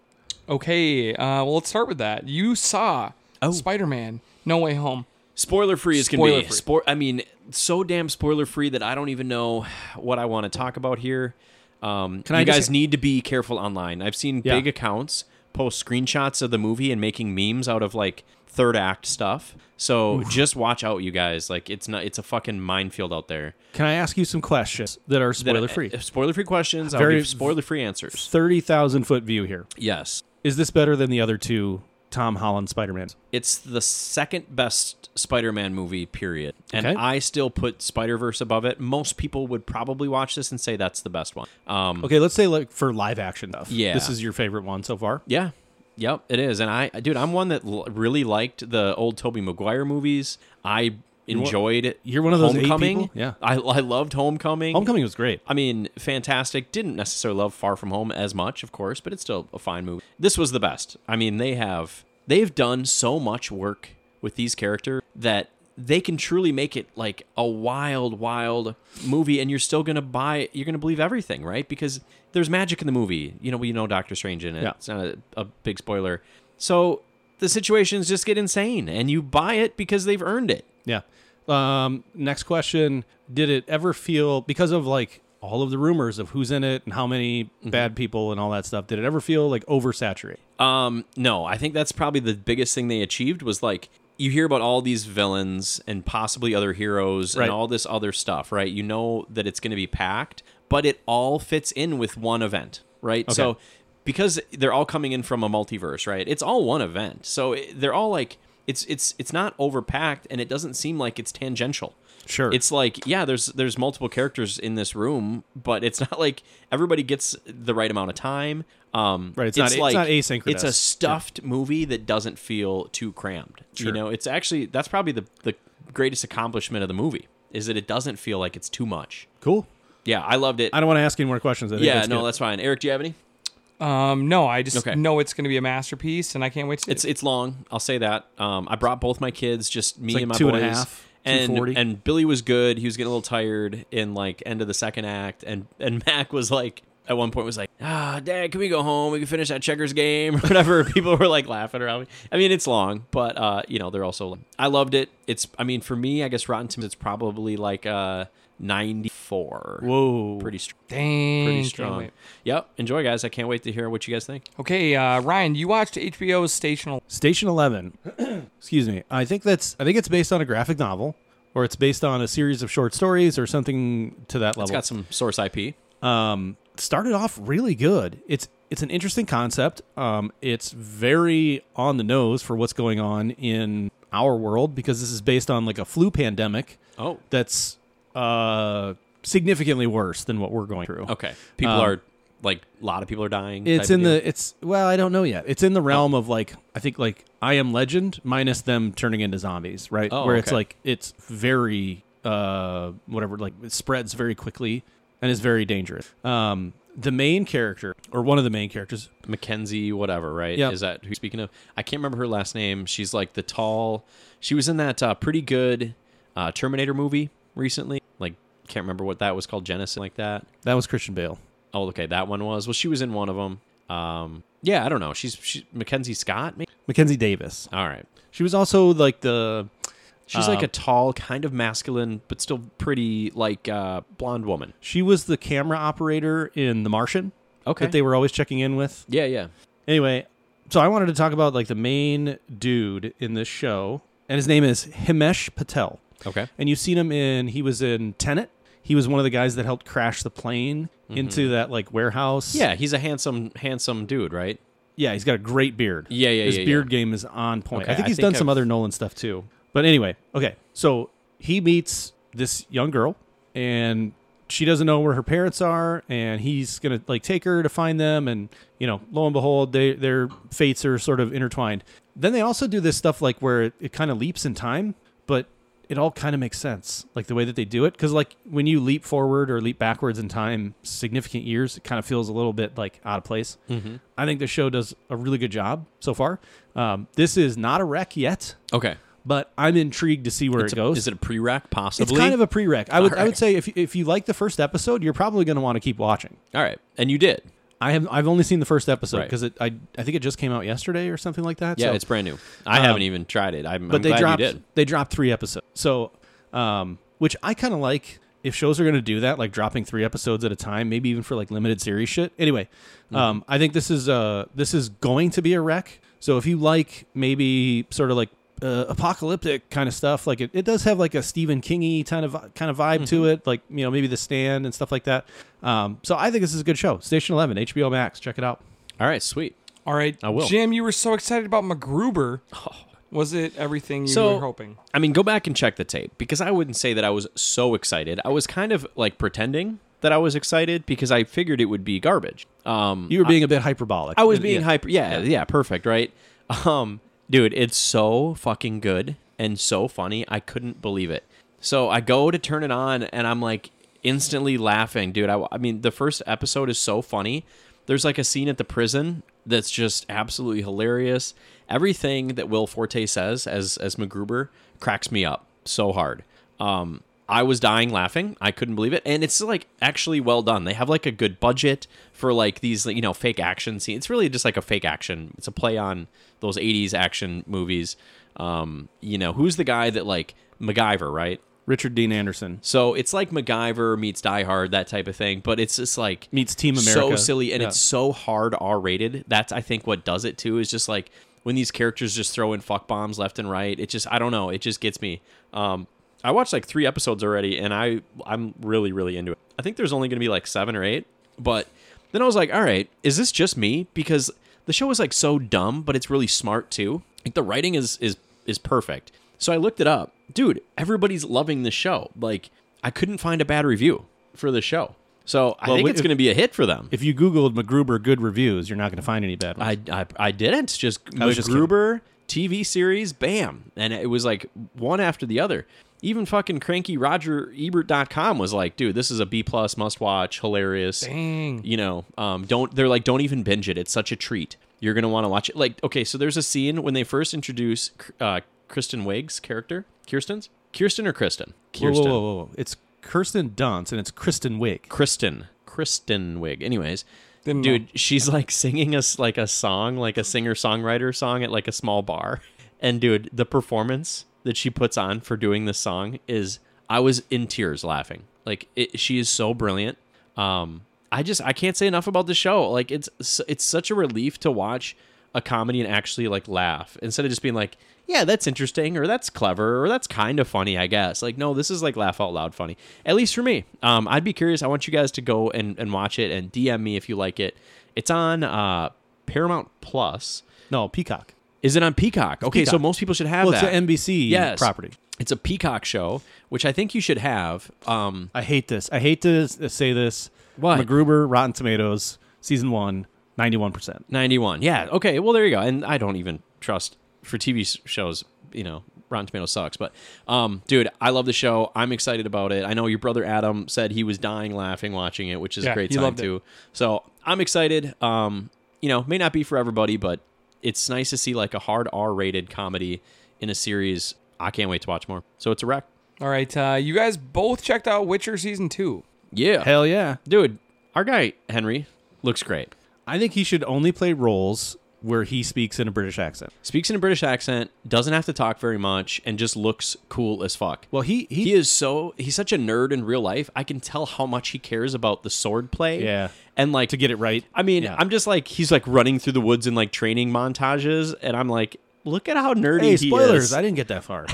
Speaker 1: Okay, uh, well, let's start with that. You saw
Speaker 3: Oh.
Speaker 1: Spider-Man: No Way Home.
Speaker 3: Spoiler free as can
Speaker 1: Spoiler
Speaker 3: be.
Speaker 1: free.
Speaker 3: Spoil- I mean, so damn spoiler free that I don't even know what I want to talk about here. Um,
Speaker 2: I
Speaker 3: you guys
Speaker 2: just-
Speaker 3: need to be careful online. I've seen
Speaker 2: Yeah.
Speaker 3: big accounts post screenshots of the movie and making memes out of like third act stuff. So just watch out, you guys. Like it's not. It's a fucking minefield out there.
Speaker 2: Can I ask you some questions that are
Speaker 3: that-
Speaker 2: spoiler free?
Speaker 3: Spoiler free questions. I'll
Speaker 2: Very-
Speaker 3: give spoiler free answers.
Speaker 2: 30,000 foot view here.
Speaker 3: Yes.
Speaker 2: Is this better than the other two Tom Holland Spider-Mans?
Speaker 3: It's the second best Spider Man movie, period. And
Speaker 2: Okay.
Speaker 3: I still put Spider Verse above it. Most people would probably watch this and say that's the best one. Um,
Speaker 2: Okay, let's say like for live action stuff.
Speaker 3: Yeah.
Speaker 2: This is your favorite one so far?
Speaker 3: Yeah. Yep, it is. And I, dude, I'm one that l- really liked the old Tobey Maguire movies. I enjoyed it.
Speaker 2: you're one of those eight
Speaker 3: Homecoming.
Speaker 2: people? Yeah.
Speaker 3: I, I loved Homecoming.
Speaker 2: Homecoming was great.
Speaker 3: I mean, fantastic. Didn't necessarily love Far From Home as much, of course, but it's still a fine movie. This was the best. I mean, they have they've done so much work with these characters that they can truly make it like a wild, wild movie, and you're still gonna buy. You're gonna believe everything, right? Because there's magic in the movie. You know, we know Doctor Strange in it.
Speaker 2: Yeah.
Speaker 3: It's not a, a big spoiler. So the situations just get insane, and you buy it because they've earned it.
Speaker 2: Yeah. Um, next question. Did it ever feel because of like all of the rumors of who's in it and how many
Speaker 3: Mm-hmm.
Speaker 2: bad people and all that stuff, did it ever feel like oversaturated?
Speaker 3: Um, no, I think that's probably the biggest thing they achieved was like you hear about all these villains and possibly other heroes
Speaker 2: Right.
Speaker 3: and all this other stuff, right? You know that it's going to be packed, but it all fits in with one event, right? So because they're all coming in from a multiverse, right? It's all one event. So it, they're all like it's it's it's not overpacked and it doesn't seem like it's tangential.
Speaker 2: Sure.
Speaker 3: It's like, yeah, there's there's multiple characters in this room, but it's not like everybody gets the right amount of time. Um,
Speaker 2: Right, it's not- it's not asynchronous.
Speaker 3: It's a stuffed movie that doesn't feel too crammed. You
Speaker 2: Sure.
Speaker 3: know, it's actually that's probably the the greatest accomplishment of the movie is that it doesn't feel like it's too much.
Speaker 2: cool.
Speaker 3: Yeah, I loved it.
Speaker 2: I don't want to ask any more questions. I think
Speaker 3: yeah,
Speaker 2: that's
Speaker 3: no,
Speaker 2: good.
Speaker 3: that's fine. Eric, do you have any?
Speaker 1: Um, no, I just
Speaker 3: Okay.
Speaker 1: know it's going to be a masterpiece, and I can't wait to. see
Speaker 3: It's it's long. I'll say that. Um, I brought both my kids, just me
Speaker 2: like
Speaker 3: and my
Speaker 2: two
Speaker 3: boys.
Speaker 2: and a half,
Speaker 3: and
Speaker 2: 240.
Speaker 3: and Billy was good. He was getting a little tired in like end of the second act, and and Mac was like at one point was like, ah, Dad, can we go home? We can finish that checkers game or whatever. People were like laughing around me. I mean, it's long, but uh, you know, they're also. I loved it. It's. I mean, for me, I guess Rotten Tomatoes, it's probably like uh ninety four.
Speaker 2: Whoa.
Speaker 3: pretty strong.
Speaker 1: Dang,
Speaker 3: Pretty
Speaker 1: can't
Speaker 3: strong.
Speaker 1: wait.
Speaker 3: Yep. Enjoy, guys. I can't wait to hear what you guys think.
Speaker 1: Okay, uh, Ryan, you watched HBO's Station. Al-
Speaker 2: Station Eleven. Excuse me. I think that's. I think it's based on a graphic novel, or it's based on a series of short stories, or something to that
Speaker 3: It's
Speaker 2: level.
Speaker 3: got some source IP.
Speaker 2: um, started off really good. It's it's an interesting concept. Um, it's very on the nose for what's going on in our world because this is based on like a flu pandemic
Speaker 3: Oh.
Speaker 2: that's uh, significantly worse than what we're going through.
Speaker 3: Okay. People
Speaker 2: Um,
Speaker 3: are like a lot of people are dying.
Speaker 2: It's
Speaker 3: type of
Speaker 2: in
Speaker 3: deal. Oh.
Speaker 2: the it's well, I don't know yet. It's in the realm of like I think like I am legend minus them turning into zombies, right?
Speaker 3: Oh,
Speaker 2: Where it's
Speaker 3: okay.
Speaker 2: like it's very uh whatever like it spreads very quickly and is very dangerous. Um the main character or one of the main characters
Speaker 3: Mackenzie whatever, right?
Speaker 2: Yep.
Speaker 3: Is that who you're speaking of? I can't remember her last name. She's like the tall. She was in that uh, pretty good uh, Terminator movie recently. Like can't remember what that was called, Genesis like that.
Speaker 2: that was Christian Bale.
Speaker 3: Oh, okay, that one was. Well, she was in one of them. Um, yeah, I don't know. She's she, Mackenzie Scott. Maybe?
Speaker 2: Mackenzie Davis.
Speaker 3: All right.
Speaker 2: She was also like the
Speaker 3: She's
Speaker 2: Uh,
Speaker 3: like a tall, kind of masculine, but still pretty like uh, blonde woman.
Speaker 2: she was the camera operator in The Martian
Speaker 3: Okay.
Speaker 2: that they were always checking in with.
Speaker 3: yeah, yeah.
Speaker 2: Anyway, so I wanted to talk about like the main dude in this show, and his name is Himesh Patel.
Speaker 3: Okay.
Speaker 2: And you've seen him in he was in Tenet. He was one of the guys that helped crash the plane into that like warehouse.
Speaker 3: Yeah, he's a handsome, handsome dude, right?
Speaker 2: Yeah, he's got a great beard.
Speaker 3: Yeah, yeah,
Speaker 2: His
Speaker 3: yeah,
Speaker 2: beard game is on point.
Speaker 3: Okay,
Speaker 2: I think
Speaker 3: I
Speaker 2: he's
Speaker 3: think
Speaker 2: done some
Speaker 3: I've-
Speaker 2: other Nolan stuff too. But anyway, okay. So he meets this young girl and she doesn't know where her parents are and he's going to like take her to find them and you know, lo and behold, they their fates are sort of intertwined. Then they also do this stuff like where it, it kind of leaps in time, but it all kind of makes sense like the way that they do it because like when you leap forward or leap backwards in time significant years it kind of feels a little bit like out of place i think the show does a really good job so far um, this is not a wreck yet
Speaker 3: Okay.
Speaker 2: but i'm intrigued to see where
Speaker 3: It's
Speaker 2: it
Speaker 3: a-
Speaker 2: goes
Speaker 3: Is it a prereq possibly?
Speaker 2: it's kind of a prereq i would, I
Speaker 3: Alright.
Speaker 2: would say if, you- if you like the first episode you're probably going to want to keep watching
Speaker 3: All right. And you did.
Speaker 2: I have I've only seen the first episode
Speaker 3: Right.
Speaker 2: because it I, I think it just came out yesterday or something like that.
Speaker 3: Yeah,
Speaker 2: so-
Speaker 3: it's brand new. I haven't even tried it. I'm,
Speaker 2: but
Speaker 3: I'm
Speaker 2: they
Speaker 3: glad
Speaker 2: dropped
Speaker 3: you did.
Speaker 2: they dropped three episodes. So, um, which I kind of like. If shows are going to do that, like dropping three episodes at a time, maybe even for like limited series shit. Anyway,
Speaker 3: Mm-hmm.
Speaker 2: um, I think this is uh this is going to be a wreck. So if you like maybe sort of like uh, apocalyptic kind of stuff, like it, it does have like a Stephen Kingy kind of kind of vibe
Speaker 3: Mm-hmm.
Speaker 2: to it, like you know maybe The Stand and stuff like that. Um, so I think this is a good show. Station Eleven, HBO Max, check it out.
Speaker 3: All right, sweet.
Speaker 1: All right,
Speaker 3: I will. Oh.
Speaker 1: Jim, you were so excited about MacGruber. Was it everything you
Speaker 3: So-
Speaker 1: were hoping?
Speaker 3: I mean, go back and check the tape because I wouldn't say that I was so excited. I was kind of like pretending that I was excited because I figured it would be garbage. Um,
Speaker 2: You were being a bit hyperbolic.
Speaker 3: I was being
Speaker 2: Yeah.
Speaker 3: hyper. Yeah, yeah, perfect, right? Um, dude, it's so fucking good and so funny. I couldn't believe it. So I go to turn it on, and I'm like instantly laughing, dude. I, I mean, the first episode is so funny. There's like a scene at the prison that's just absolutely hilarious. Everything that Will Forte says as as MacGruber cracks me up so hard. Um, I was dying laughing. I couldn't believe it. And it's like actually well done. They have like a good budget for like these, you know, fake action scenes. It's really just like a fake action. It's a play on those 80s action movies. Um, you know, who's the guy that like MacGyver, right?
Speaker 2: Richard Dean Anderson
Speaker 3: So it's like MacGyver meets Die Hard, that type of thing. But it's just like
Speaker 2: meets Team America.
Speaker 3: so silly and
Speaker 2: Yeah.
Speaker 3: it's so hard R rated. That's I think what does it too is just like when these characters just throw in fuck bombs left and right. It just I don't know. It just gets me. Um, I watched like three episodes already and I I'm really really into it. I think there's only gonna be like seven or eight, but then I was like, all right, is this just me? Because the show is like so dumb, but it's really smart too. Like the writing is is is perfect. So I looked it up, dude. Everybody's loving the show. Like I couldn't find a bad review for the show. So I
Speaker 2: Well,
Speaker 3: think
Speaker 2: we-
Speaker 3: it's going to be a hit for them.
Speaker 2: if you googled MacGruber good reviews, you're not going to find any bad ones.
Speaker 3: I, I I didn't. Just
Speaker 2: I was just
Speaker 3: MacGruber TV series, bam, and it was like one after the other. Even fucking cranky Roger Ebert.com was like, dude, this is a B plus must watch, hilarious.
Speaker 1: Dang.
Speaker 3: You know, um, don't they're like, don't even binge it. It's such a treat. You're gonna want to watch it. Like, okay, so there's a scene when they first introduce uh, Kristen Wiig's character, Kirsten's, Kirsten or Kristen,
Speaker 2: Whoa,
Speaker 3: Kirsten,
Speaker 2: whoa, whoa, whoa, whoa. It's Kirsten Dunst and it's Kristen Wiig.
Speaker 3: Kristen, Kristen Wiig. Anyways,
Speaker 1: Didn't
Speaker 3: dude, she's like singing us like a song, like a singer songwriter song at like a small bar, and dude, the performance that she puts on for doing this song is I was in tears laughing. Like it, she is so brilliant. Um, I just I can't say enough about the show. Like it's s- it's such a relief to watch a comedy and actually like laugh instead of just being like yeah that's interesting or that's clever or that's kind of funny i guess like no this is like laugh out loud funny at least for me um, i'd be curious i want you guys to go and, and watch it and dm me if you like it it's on uh, paramount plus
Speaker 2: No, Peacock.
Speaker 3: is it on peacock okay so
Speaker 2: Peacock.
Speaker 3: most people should have
Speaker 2: Well, it's
Speaker 3: that
Speaker 2: an NBC
Speaker 3: Yes.
Speaker 2: property.
Speaker 3: it's a peacock show which i think you should have um,
Speaker 2: I hate this. I hate to s- say this.
Speaker 3: What?
Speaker 2: MacGruber, Rotten Tomatoes, season one, 91%.
Speaker 3: 91 yeah okay well there you go and i don't even trust for tv s- shows you know rotten tomatoes sucks but um dude i love the show i'm excited about it i know your brother adam said he was dying laughing watching it which is
Speaker 1: Yeah,
Speaker 3: a great
Speaker 1: he
Speaker 3: time
Speaker 1: loved it.
Speaker 3: too so i'm excited um you know may not be for everybody but it's nice to see like a hard r-rated comedy in a series i can't wait to watch more so it's a wreck
Speaker 1: All right, uh, you guys both checked out Witcher season two.
Speaker 3: yeah
Speaker 2: Hell yeah.
Speaker 3: dude our guy henry looks great
Speaker 2: I think he should only play roles where he speaks in a British accent.
Speaker 3: speaks in a british accent doesn't have to talk very much and just looks cool as fuck
Speaker 2: Well, he, he,
Speaker 3: he is so he's such a nerd in real life. I can tell how much he cares about the sword play.
Speaker 2: Yeah.
Speaker 3: And like
Speaker 2: to get it right.
Speaker 3: I mean,
Speaker 2: Yeah.
Speaker 3: I'm just like he's like running through the woods in like training montages and I'm like, look at how nerdy
Speaker 2: Hey,
Speaker 3: he
Speaker 2: spoilers.
Speaker 3: is.
Speaker 2: I didn't get that far.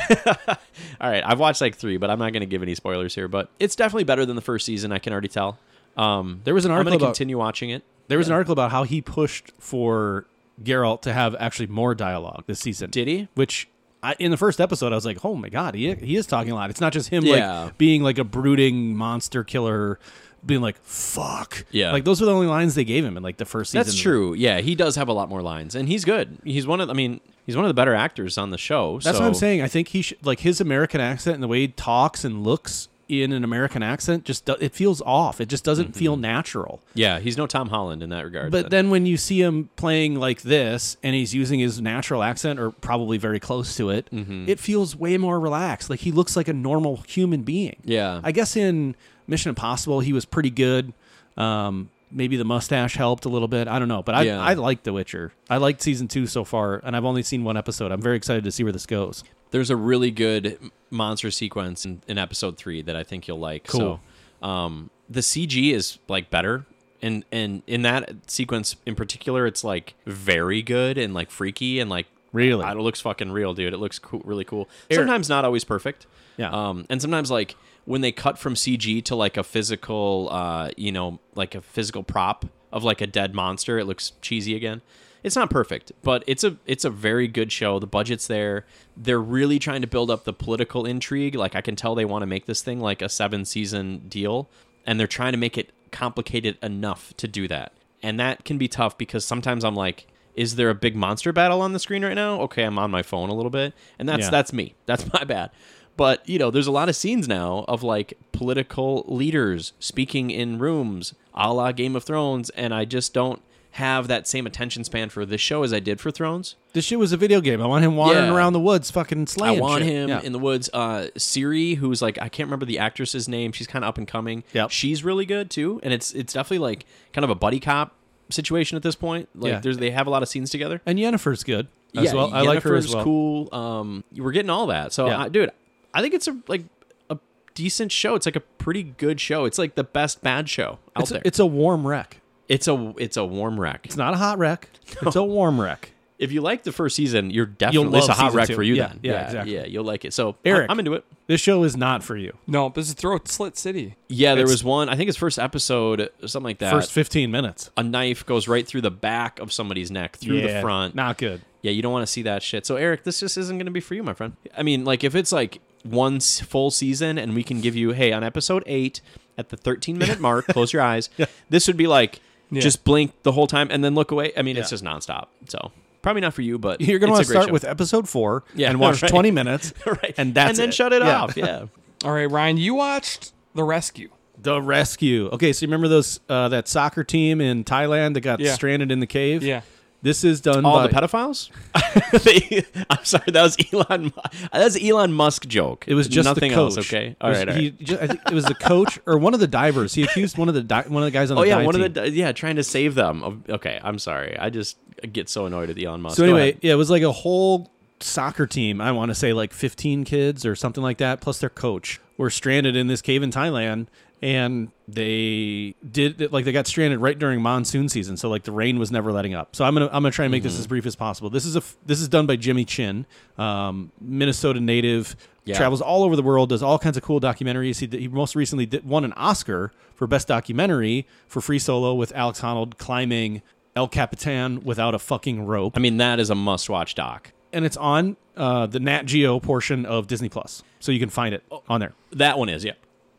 Speaker 3: All right, I've watched like 3, but I'm not going to give any spoilers here, but it's definitely better than the first season, I can already tell. Um
Speaker 2: There was an
Speaker 3: I'm
Speaker 2: article
Speaker 3: going to
Speaker 2: about-
Speaker 3: continue watching it.
Speaker 2: There was an article about how he pushed for Geralt to have actually more dialogue this season.
Speaker 3: Did he?
Speaker 2: Which I, in the first episode, I was like, oh my god, he he is talking a lot. It's not just him
Speaker 3: Yeah.
Speaker 2: like being like a brooding monster killer, being like fuck.
Speaker 3: Yeah.
Speaker 2: like those were the only lines they gave him in like the first season.
Speaker 3: That's true. Yeah, he does have a lot more lines, and he's good. He's one of. I mean, he's one of the better actors on the show.
Speaker 2: That's
Speaker 3: so-
Speaker 2: what I'm saying. I think he should like his American accent and the way he talks and looks in an American accent just do- it feels off. It just
Speaker 3: Mm-hmm.
Speaker 2: doesn't feel natural.
Speaker 3: Yeah, he's no Tom Holland in that regard.
Speaker 2: But then when you see him playing like this and he's using his natural accent or probably very close to it,
Speaker 3: Mm-hmm.
Speaker 2: it feels way more relaxed. Like he looks like a normal human being.
Speaker 3: Yeah.
Speaker 2: I guess in Mission Impossible he was pretty good. Um maybe the mustache helped a little bit. I don't know, but I
Speaker 3: Yeah.
Speaker 2: I like The Witcher. I liked season 2 so far and I've only seen one episode. I'm very excited to see where this goes.
Speaker 3: there's a really good monster sequence in, in episode three that I think you'll like.
Speaker 2: Cool.
Speaker 3: So, um, the CG is like better. And, and in that sequence in particular, it's like very good and like freaky and like
Speaker 2: Really?
Speaker 3: I, it looks fucking real, dude. It looks cool, really cool.
Speaker 2: Eric-
Speaker 3: Sometimes not always perfect.
Speaker 2: Yeah.
Speaker 3: Um, and sometimes like when they cut from CG to like a physical, uh, you know, like a physical prop of like a dead monster, it looks cheesy again. It's not perfect, but it's a it's a very good show. The budget's there. They're really trying to build up the political intrigue. Like I can tell they want to make this thing like a seven season deal, and they're trying to make it complicated enough to do that. And that can be tough because sometimes I'm like, is there a big monster battle on the screen right now? Okay, I'm on my phone a little bit, and that's
Speaker 2: Yeah.
Speaker 3: that's me. That's my bad. But you know, there's a lot of scenes now of like political leaders speaking in rooms, a la Game of Thrones, and I just don't have that same attention span for this show as I did for Thrones.
Speaker 2: This shit was a video game. I want him wandering
Speaker 3: Yeah.
Speaker 2: around the woods fucking slaying
Speaker 3: I want
Speaker 2: shit.
Speaker 3: him
Speaker 2: Yeah.
Speaker 3: in the woods. Uh, Siri, who's like I can't remember the actress's name. She's kind of up and coming.
Speaker 2: Yep.
Speaker 3: she's really good too, and it's it's definitely like kind of a buddy cop situation at this point. Like
Speaker 2: Yeah.
Speaker 3: there's they have a lot of scenes together.
Speaker 2: and Yennefer's good as well. I like her as
Speaker 3: Yennefer's
Speaker 2: well.
Speaker 3: Cool. Um, we're getting all that. So,
Speaker 2: Yeah.
Speaker 3: I, dude, I think it's a like a decent show. It's like a pretty good show. It's like the best bad show out
Speaker 2: It's
Speaker 3: there.
Speaker 2: a, it's a warm wreck.
Speaker 3: it's a it's a warm wreck.
Speaker 2: It's not a hot wreck. It's a warm wreck.
Speaker 3: If you like the first season, you're definitely it's a
Speaker 2: love
Speaker 3: hot
Speaker 2: season
Speaker 3: wreck
Speaker 2: two.
Speaker 3: for you.
Speaker 2: Yeah,
Speaker 3: then
Speaker 2: yeah, exactly.
Speaker 3: yeah, you'll like it. So,
Speaker 2: Eric.
Speaker 3: I, am into it.
Speaker 2: This show is not for you.
Speaker 1: No, this is Throat Slit City.
Speaker 3: Yeah, there
Speaker 2: It's-
Speaker 3: was one. I think his first episode, something like that.
Speaker 2: First 15 minutes.
Speaker 3: a knife goes right through the back of somebody's neck, through the
Speaker 2: Yeah,
Speaker 3: front.
Speaker 2: Not good.
Speaker 3: Yeah, you don't want to see that shit. So Eric, this just isn't going to be for you, my friend. I mean, like if it's like one s- full season and we can give you, hey, on episode 8 at the 13 minute mark, close your eyes. This would be like
Speaker 1: Yeah.
Speaker 3: just blink the whole time and then look away. I mean, it's
Speaker 2: Yeah.
Speaker 3: just nonstop. So, probably not for you, but
Speaker 2: You're going to want to
Speaker 3: it's a great
Speaker 2: start
Speaker 3: show.
Speaker 2: with episode four
Speaker 3: Yeah,
Speaker 2: and watch
Speaker 3: right.
Speaker 2: 20 minutes.
Speaker 3: right.
Speaker 2: And that's
Speaker 3: And then
Speaker 2: it.
Speaker 3: shut it
Speaker 2: Yeah.
Speaker 3: off. Yeah.
Speaker 1: All right, Ryan, you watched The Rescue.
Speaker 2: The Rescue. Okay, so you remember those uh, that soccer team in Thailand that got
Speaker 1: Yeah.
Speaker 2: stranded in the cave?
Speaker 1: Yeah.
Speaker 2: This is done
Speaker 3: All
Speaker 2: by
Speaker 3: the pedophiles? They- I'm sorry, that was Elon. Mu- That was an Elon Musk joke.
Speaker 2: It was just
Speaker 3: nothing
Speaker 2: the coach.
Speaker 3: else. Okay,
Speaker 2: It
Speaker 3: all
Speaker 2: was-
Speaker 3: right. all
Speaker 2: he
Speaker 3: right.
Speaker 2: ju- I think it was the coach or one of the divers. He accused one of the di- one of the guys on
Speaker 3: Oh
Speaker 2: the
Speaker 3: yeah,
Speaker 2: dive
Speaker 3: one
Speaker 2: team.
Speaker 3: of the yeah trying to save them. Of- Okay, I'm sorry. I just get so annoyed at Elon Musk.
Speaker 2: So
Speaker 3: Go
Speaker 2: anyway,
Speaker 3: ahead.
Speaker 2: yeah, it was like a whole soccer team. I want to say like 15 kids or something like that, plus their coach, were stranded in this cave in Thailand, and they did like they got stranded right during monsoon season. So like the rain was never letting up. So I'm gonna I'm gonna try and
Speaker 3: Mm-hmm.
Speaker 2: make this as brief as possible. This is a f- this is done by Jimmy Chin, um, Minnesota native.
Speaker 3: Yeah.
Speaker 2: Travels all over the world, does all kinds of cool documentaries. He, he most recently did, won an Oscar for Best Documentary for Free Solo with Alex Honnold climbing El Capitan without a fucking rope
Speaker 3: I mean that is a must-watch doc.
Speaker 2: and it's on uh, the Nat Geo portion of Disney Plus, so you can find it
Speaker 3: Oh.
Speaker 2: on there.
Speaker 3: That one is yeah.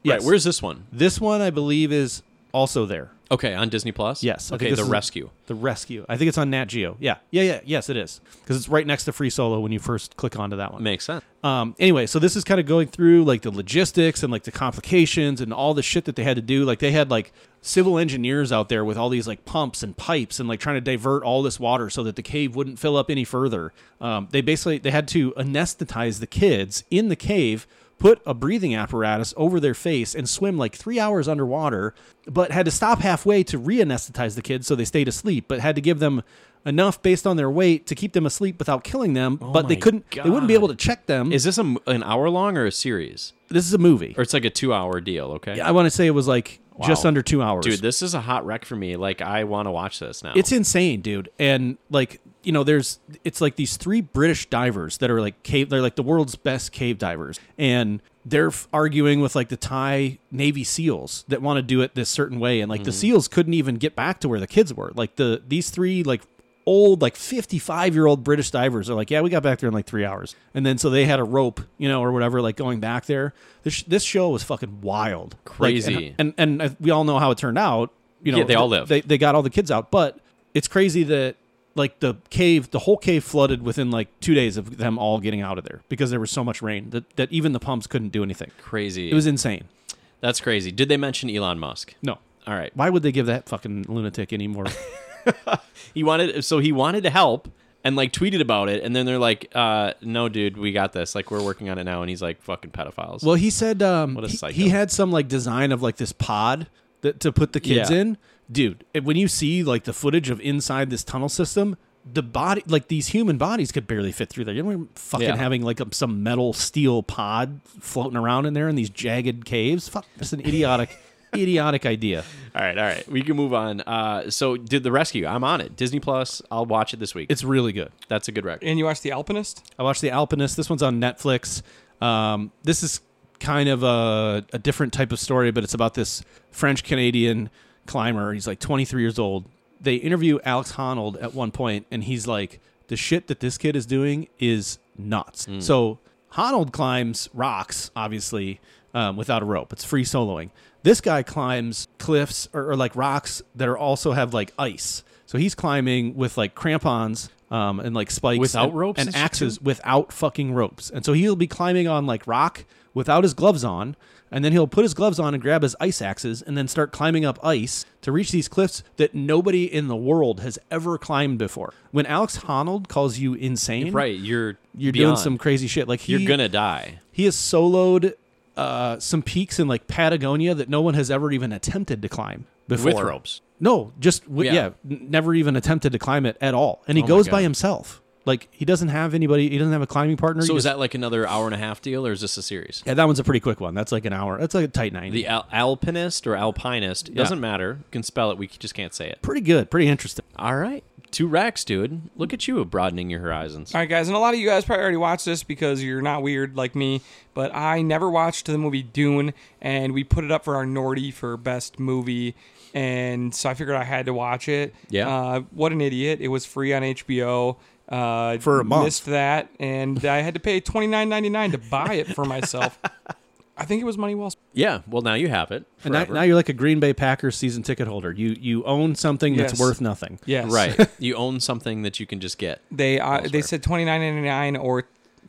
Speaker 2: Yes.
Speaker 3: Right. Where's this one?
Speaker 2: This one, I believe, is also there.
Speaker 3: Okay, on Disney Plus.
Speaker 2: Yes. I think
Speaker 3: Okay,
Speaker 2: this
Speaker 3: the
Speaker 2: is-
Speaker 3: rescue.
Speaker 2: The Rescue. I think it's on Nat Geo. Yeah, yeah, yeah. Yes, it is because it's right next to Free Solo when you first click onto that one.
Speaker 3: Makes sense.
Speaker 2: Um, anyway, so this is kind of going through like the logistics and like the complications and all the shit that they had to do. Like they had like civil engineers out there with all these like pumps and pipes and like trying to divert all this water so that the cave wouldn't fill up any further. Um, they basically they had to anesthetize the kids in the cave, put a breathing apparatus over their face, and swim like three hours underwater. But had to stop halfway to re-anesthetize the kids so they stayed asleep. But had to give them enough based on their weight to keep them asleep without killing them. but they
Speaker 3: my
Speaker 2: couldn't. They wouldn't be
Speaker 3: God.
Speaker 2: able to check them
Speaker 3: Is this a m an hour long or a series?
Speaker 2: this is a movie.
Speaker 3: Or it's like a two-hour deal? Okay.
Speaker 2: I want to say it was like just
Speaker 3: Wow.
Speaker 2: under two hours.
Speaker 3: Dude, this is a hot wreck for me. Like I want to watch this now.
Speaker 2: it's insane, dude. And like you know, there's it's like these three British divers that are like cave. They're like the world's best cave divers, and they're f- arguing with like the Thai Navy SEALs that want to do it this certain way, and like the SEALs couldn't even get back to where the kids were. Like the these three like old, like 55 year old British divers are like, yeah, we got back there in like three hours. And then so they had a rope, you know, or whatever, like going back there. This, sh- this show was fucking wild. Like,
Speaker 3: Crazy.
Speaker 2: and, and, and we all know how it turned out. You know,
Speaker 3: Yeah, they all lived.
Speaker 2: They, they got all the kids out. But it's crazy that like the cave, the whole cave flooded within like two days of them all getting out of there because there was so much rain that, that even the pumps couldn't do anything.
Speaker 3: Crazy.
Speaker 2: It was insane.
Speaker 3: That's crazy. Did they mention Elon Musk?
Speaker 2: No.
Speaker 3: All right.
Speaker 2: Why would they give that fucking lunatic any more?
Speaker 3: He wanted so he wanted to help and like tweeted about it and then they're like uh no dude, we got this. Like we're working on it now and he's like fucking pedophiles.
Speaker 2: Well, he said um,
Speaker 3: What a
Speaker 2: he-
Speaker 3: psycho.
Speaker 2: he, had some like design of like this pod that to put the kids
Speaker 3: Yeah.
Speaker 2: in. Dude, it- when you see like the footage of inside this tunnel system, the body like these human bodies could barely fit through there. You know, fucking
Speaker 3: Yeah.
Speaker 2: having like a, some metal steel pod floating around in there in these jagged caves. Fuck, that's an idiotic, idiotic idea.
Speaker 3: all right, all right. We can move on. Uh so did the rescue. I'm on it. Disney Plus. I'll watch it this week.
Speaker 2: It's really good.
Speaker 3: That's a good record.
Speaker 1: And you watched The Alpinist?
Speaker 2: I watched The Alpinist. This one's on Netflix. Um, this is kind of a, a different type of story, but it's about this French Canadian climber. He's like 23 years old. They interview Alex Honnold at one point, and he's like, the shit that this kid is doing is nuts.
Speaker 3: Mm.
Speaker 2: So Honnold climbs rocks, obviously, um, without a rope. It's free soloing. This guy climbs cliffs or, or like rocks that are also have like ice. So he's climbing with like crampons um, and like spikes
Speaker 3: Without
Speaker 2: and-
Speaker 3: ropes
Speaker 2: and
Speaker 3: and shit, too?
Speaker 2: axes without fucking ropes. And so he'll be climbing on like rock without his gloves on, and then he'll put his gloves on and grab his ice axes and then start climbing up ice to reach these cliffs that nobody in the world has ever climbed before. When Alex Honnold calls you insane,
Speaker 3: Right, you're
Speaker 2: You're
Speaker 3: beyond.
Speaker 2: doing some crazy shit. Like he,
Speaker 3: You're gonna die.
Speaker 2: he has soloed uh, some peaks in like Patagonia that no one has ever even attempted to climb before.
Speaker 3: With ropes.
Speaker 2: No, just w-
Speaker 3: Yeah. Oh
Speaker 2: yeah. n- never even attempted to climb it at all. And he
Speaker 3: my
Speaker 2: goes by
Speaker 3: God.
Speaker 2: himself. Like he doesn't have anybody. He doesn't have a climbing partner.
Speaker 3: So
Speaker 2: He
Speaker 3: is
Speaker 2: just-
Speaker 3: that like another hour and a half deal or is this a series?
Speaker 2: Yeah, that one's a pretty quick one. That's like an hour. That's like a tight ninety.
Speaker 3: The al- alpinist or alpinist doesn't matter. You can spell it. We just can't say it.
Speaker 2: pretty good. Pretty interesting.
Speaker 3: All right. Two racks, dude. Look at you broadening your horizons.
Speaker 1: All right, guys, and a lot of you guys probably already watched this because you're not weird like me, but I never watched the movie Dune, and we put it up for our Nordy for best movie, and so I figured I had to watch it.
Speaker 3: Yeah.
Speaker 1: Uh, what an idiot! It was free on HBO. Uh,
Speaker 2: For a month.
Speaker 1: missed that, and I had to pay twenty nine ninety nine to buy it for myself. I think it was money well spent.
Speaker 3: Yeah. Well, now you have it.
Speaker 2: And now,
Speaker 3: forever.
Speaker 2: now you're like a Green Bay Packers season ticket holder. You you own something that's
Speaker 1: Yes.
Speaker 2: worth nothing.
Speaker 1: Yes,
Speaker 3: right. you own something that you can just get.
Speaker 1: They uh, they
Speaker 3: Elsewhere.
Speaker 1: said twenty nine ninety nine or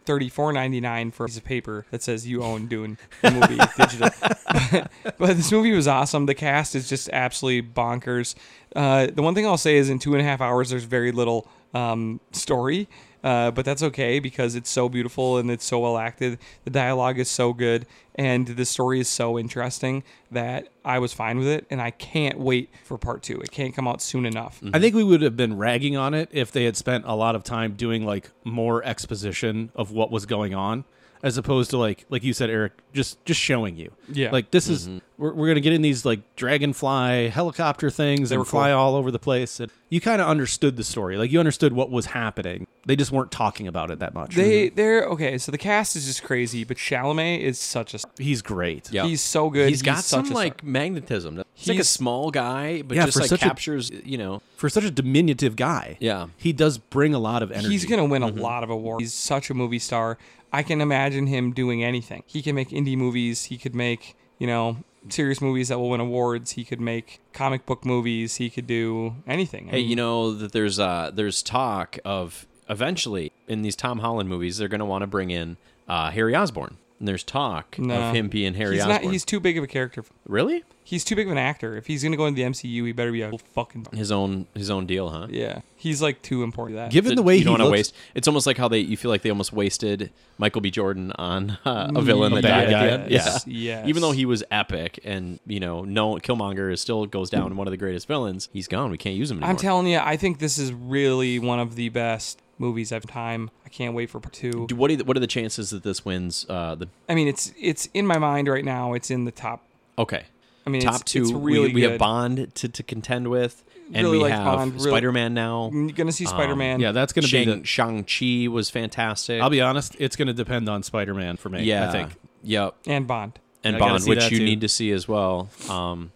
Speaker 1: thirty four ninety nine for a piece of paper that says you own Dune the movie digital. but, this movie was awesome. The cast is just absolutely bonkers. Uh, the one thing I'll say is in two and a half hours, there's very little um, story. Uh, but that's okay because it's so beautiful and it's so well acted. The dialogue is so good and the story is so interesting that I was fine with it. And I can't wait for part two. It can't come out soon enough.
Speaker 2: I think we would have been ragging on it if they had spent a lot of time doing like more exposition of what was going on, as opposed to like like you said, Eric, just just showing you.
Speaker 1: Yeah.
Speaker 2: Like this
Speaker 3: Mm-hmm.
Speaker 2: is we're, we're gonna get in these like dragonfly helicopter things
Speaker 1: were
Speaker 2: and
Speaker 1: cool.
Speaker 2: fly all over the place. And you kind of understood the story. Like you understood what was happening. They just weren't talking about it that much.
Speaker 1: They
Speaker 3: Mm-hmm.
Speaker 1: they're okay. So the cast is just crazy, but Chalamet is such a
Speaker 2: He's great.
Speaker 3: Yeah.
Speaker 1: he's so good.
Speaker 3: he's got
Speaker 1: such
Speaker 3: some
Speaker 1: a
Speaker 3: like magnetism. He's like a
Speaker 1: He's-
Speaker 3: small guy, but
Speaker 2: Yeah,
Speaker 3: just
Speaker 2: for
Speaker 3: like
Speaker 2: such a-
Speaker 3: captures, you know.
Speaker 2: for such a diminutive guy.
Speaker 3: Yeah.
Speaker 2: He does bring a lot of energy.
Speaker 1: He's gonna win
Speaker 3: Mm-hmm.
Speaker 1: a lot of awards. He's such a movie star. I can imagine him doing anything. He can make indie movies. He could make you know serious movies that will win awards. He could make comic book movies. He could do anything. I
Speaker 3: Hey,
Speaker 1: mean,
Speaker 3: you know that there's uh there's talk of eventually in these Tom Holland movies they're gonna want to bring in uh Harry Osborn. And there's talk
Speaker 1: no.
Speaker 3: of him being Harry
Speaker 1: he's
Speaker 3: Osborn.
Speaker 1: Not, he's too big of a character.
Speaker 3: really
Speaker 1: He's too big of an actor. If he's gonna go into the MCU, he better be a fucking
Speaker 3: his own his own deal, huh?
Speaker 1: yeah. He's like too important. To that
Speaker 2: Given the way
Speaker 3: you
Speaker 2: he
Speaker 3: don't
Speaker 2: looks,
Speaker 3: want to waste. It's almost like how they you feel like they almost wasted Michael B. Jordan on uh,
Speaker 1: Mm.
Speaker 3: a villain that
Speaker 2: bad
Speaker 3: died
Speaker 2: guy.
Speaker 3: at the end.
Speaker 1: Yes,
Speaker 3: yeah,
Speaker 1: yes.
Speaker 3: Even though he was epic, and you know, no Killmonger is still goes down one of the greatest villains. He's gone. We can't use him anymore.
Speaker 1: I'm telling you, I think this is really one of the best movies of time. I can't wait for part two.
Speaker 3: Do- What are the, what are the chances that this wins? Uh, the
Speaker 1: I mean, it's it's in my mind right now. It's in the top.
Speaker 3: okay.
Speaker 1: I mean,
Speaker 3: Top
Speaker 1: it's,
Speaker 3: two,
Speaker 1: It's
Speaker 3: we-
Speaker 1: really
Speaker 3: we, have
Speaker 1: good.
Speaker 3: Bond to, to contend with, and
Speaker 1: Really
Speaker 3: we
Speaker 1: like
Speaker 3: have
Speaker 1: Bond, really-
Speaker 3: Spider-Man now.
Speaker 1: You're gonna
Speaker 3: Um,
Speaker 1: see Spider Man.
Speaker 2: yeah, that's going to be
Speaker 3: Shang,
Speaker 2: the.
Speaker 3: Shang-Chi was fantastic.
Speaker 2: I'll be honest, it's going to depend on Spider-Man for me.
Speaker 3: yeah,
Speaker 2: I think
Speaker 3: Yep.
Speaker 1: and Bond.
Speaker 3: and
Speaker 2: I gotta
Speaker 3: Bond,
Speaker 2: see
Speaker 3: which
Speaker 2: that
Speaker 3: you
Speaker 2: too.
Speaker 3: need to see as well. Um,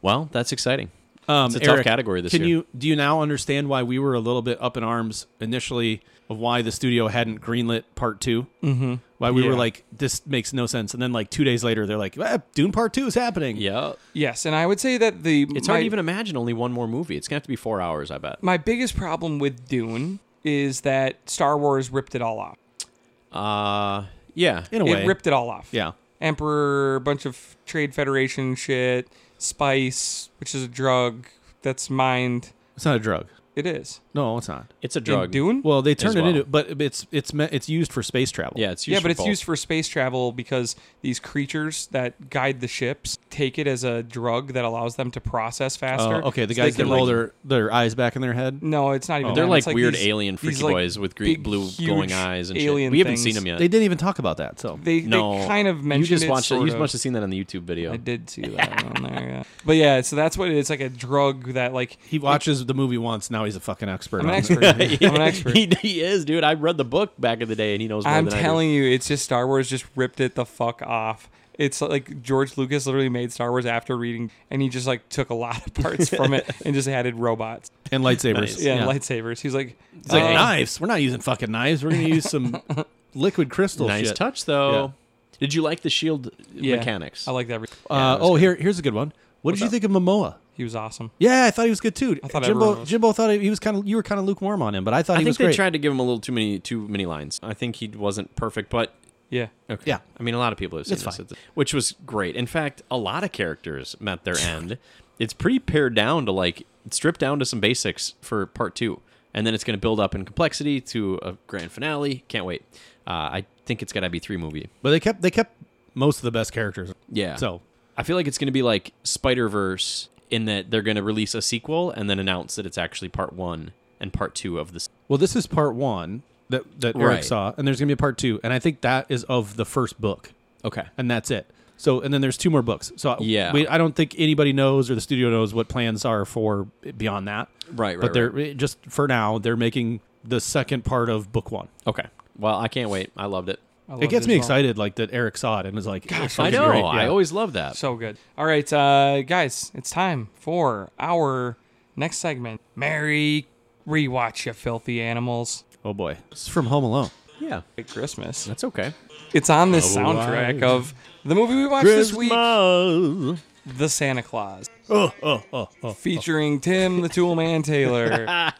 Speaker 3: well, that's exciting.
Speaker 2: Um,
Speaker 3: It's a tough category this
Speaker 2: can
Speaker 3: year.
Speaker 2: you do you now understand why we were a little bit up in arms initially of why the studio hadn't greenlit part 2 Mm-hmm. Why we were
Speaker 1: Yeah.
Speaker 2: like, this makes no sense, and then like two days later, they're like, "Ah, Dune Part Two is happening.
Speaker 3: Yeah.
Speaker 1: Yes, and I would say that the
Speaker 3: It's
Speaker 1: my,
Speaker 3: hard to even imagine only one more movie. It's gonna have to be four hours, I bet.
Speaker 1: my biggest problem with Dune is that Star Wars ripped it all off.
Speaker 3: Uh yeah.
Speaker 2: in a way.
Speaker 1: It ripped it all off.
Speaker 2: yeah,
Speaker 1: Emperor, bunch of Trade Federation shit, spice, which is a drug that's mined.
Speaker 2: it's not a drug.
Speaker 1: It is.
Speaker 2: No, it's not.
Speaker 3: It's a
Speaker 1: In
Speaker 3: drug.
Speaker 1: Dune?
Speaker 2: Well, they turned it
Speaker 3: well.
Speaker 2: into, but it's it's me- it's used for space travel.
Speaker 3: Yeah, it's used
Speaker 1: yeah,
Speaker 3: for
Speaker 1: but it's
Speaker 3: both.
Speaker 1: used for space travel because these creatures that guide the ships take it as a drug that allows them to process faster.
Speaker 2: Oh, okay, the
Speaker 1: so they
Speaker 2: guys can
Speaker 1: can,
Speaker 2: roll
Speaker 1: like-
Speaker 2: their their eyes back in their head.
Speaker 1: No, it's not even.
Speaker 3: They're
Speaker 1: them.
Speaker 3: like,
Speaker 1: It's
Speaker 3: weird
Speaker 1: these-
Speaker 3: alien freaky
Speaker 1: these, like,
Speaker 3: boys with green,
Speaker 1: big,
Speaker 3: blue
Speaker 1: huge
Speaker 3: glowing eyes and
Speaker 1: alien
Speaker 3: shit. We haven't
Speaker 1: things.
Speaker 3: seen them yet.
Speaker 2: They didn't even talk about that. So
Speaker 1: They,
Speaker 3: no,
Speaker 1: they kind of
Speaker 3: you
Speaker 1: mentioned
Speaker 3: just
Speaker 1: it,
Speaker 3: watched
Speaker 1: sort
Speaker 3: You
Speaker 1: of.
Speaker 3: must have seen that on the YouTube video.
Speaker 1: I did see that on there. Yeah. But yeah, so that's what it's like a drug that like
Speaker 2: he watches the movie once. Now he's a fucking expert.
Speaker 1: I'm
Speaker 2: on
Speaker 1: an
Speaker 2: it.
Speaker 1: expert. I'm an expert.
Speaker 3: he, he is, dude. I read the book back in the day, and he knows. More
Speaker 1: I'm
Speaker 3: than
Speaker 1: telling you, it's just Star Wars just ripped it the fuck off. It's like George Lucas literally made Star Wars after reading, and he just like took a lot of parts from it and just added robots,
Speaker 2: and lightsabers.
Speaker 1: yeah, lightsabers. He's like,
Speaker 2: It's like
Speaker 3: Oh.
Speaker 1: uh,
Speaker 2: knives. We're not using fucking knives. We're gonna use some liquid
Speaker 3: I do.
Speaker 2: crystal.
Speaker 3: Nice
Speaker 2: shit.
Speaker 3: touch, though. Did you like the shield
Speaker 1: yeah,
Speaker 3: mechanics?
Speaker 1: I like that.
Speaker 2: Uh,
Speaker 3: that was
Speaker 2: oh, here here's a good one. What did you think of Momoa?
Speaker 1: He was awesome.
Speaker 2: Yeah, I thought he was good too.
Speaker 1: thought everyone
Speaker 2: Jimbo
Speaker 1: was.
Speaker 2: Jimbo thought he was kind of you were kind of lukewarm on him, but I thought
Speaker 3: I
Speaker 2: he
Speaker 3: think
Speaker 2: was
Speaker 3: they
Speaker 2: great.
Speaker 3: tried to give him a little too many too many lines. I think he wasn't perfect, but
Speaker 1: Yeah,
Speaker 3: okay.
Speaker 2: Yeah.
Speaker 3: I mean, a lot of people have seen
Speaker 2: It's
Speaker 3: this,
Speaker 2: fine.
Speaker 3: which was great. In fact, a lot of characters met their end. It's pretty pared down to like stripped down to some basics for part two, and then it's going to build up in complexity to a grand finale. Can't wait. Uh, I think it's got to be three movie.
Speaker 2: but they kept they kept most of the best characters.
Speaker 3: Yeah.
Speaker 2: So
Speaker 3: I feel like it's going to be like Spider Verse in that they're going to release a sequel and then announce that it's actually part one and part two of this.
Speaker 2: well, this is part one that that Eric
Speaker 3: Right.
Speaker 2: saw, and there's gonna be a part two, and I think that is of the first book,
Speaker 3: Okay.
Speaker 2: and that's it. So and then there's two more books. So
Speaker 3: Yeah.
Speaker 2: we, I don't think anybody knows or the studio knows what plans are for beyond that.
Speaker 3: Right, right,
Speaker 2: But they're eh,
Speaker 3: right.
Speaker 2: just for now they're making the second part of book one.
Speaker 3: Okay. Well, I can't wait. I loved it.
Speaker 1: I loved
Speaker 2: It gets
Speaker 1: as
Speaker 2: me
Speaker 1: well.
Speaker 2: excited, like that Eric saw it and was like, "It's
Speaker 3: I
Speaker 2: fucking
Speaker 3: know.
Speaker 2: great." Yeah.
Speaker 3: I always love that.
Speaker 1: So good. All right, uh, guys, it's time for our next segment. Merry rewatch, you filthy animals.
Speaker 2: Oh boy, it's from Home Alone.
Speaker 3: yeah.
Speaker 1: Christmas.
Speaker 3: That's okay.
Speaker 1: It's on this soundtrack of the movie we watched this week,
Speaker 2: Oh,
Speaker 1: The Santa Claus,
Speaker 2: oh, oh, oh.
Speaker 1: featuring Tim the Tool Man Taylor.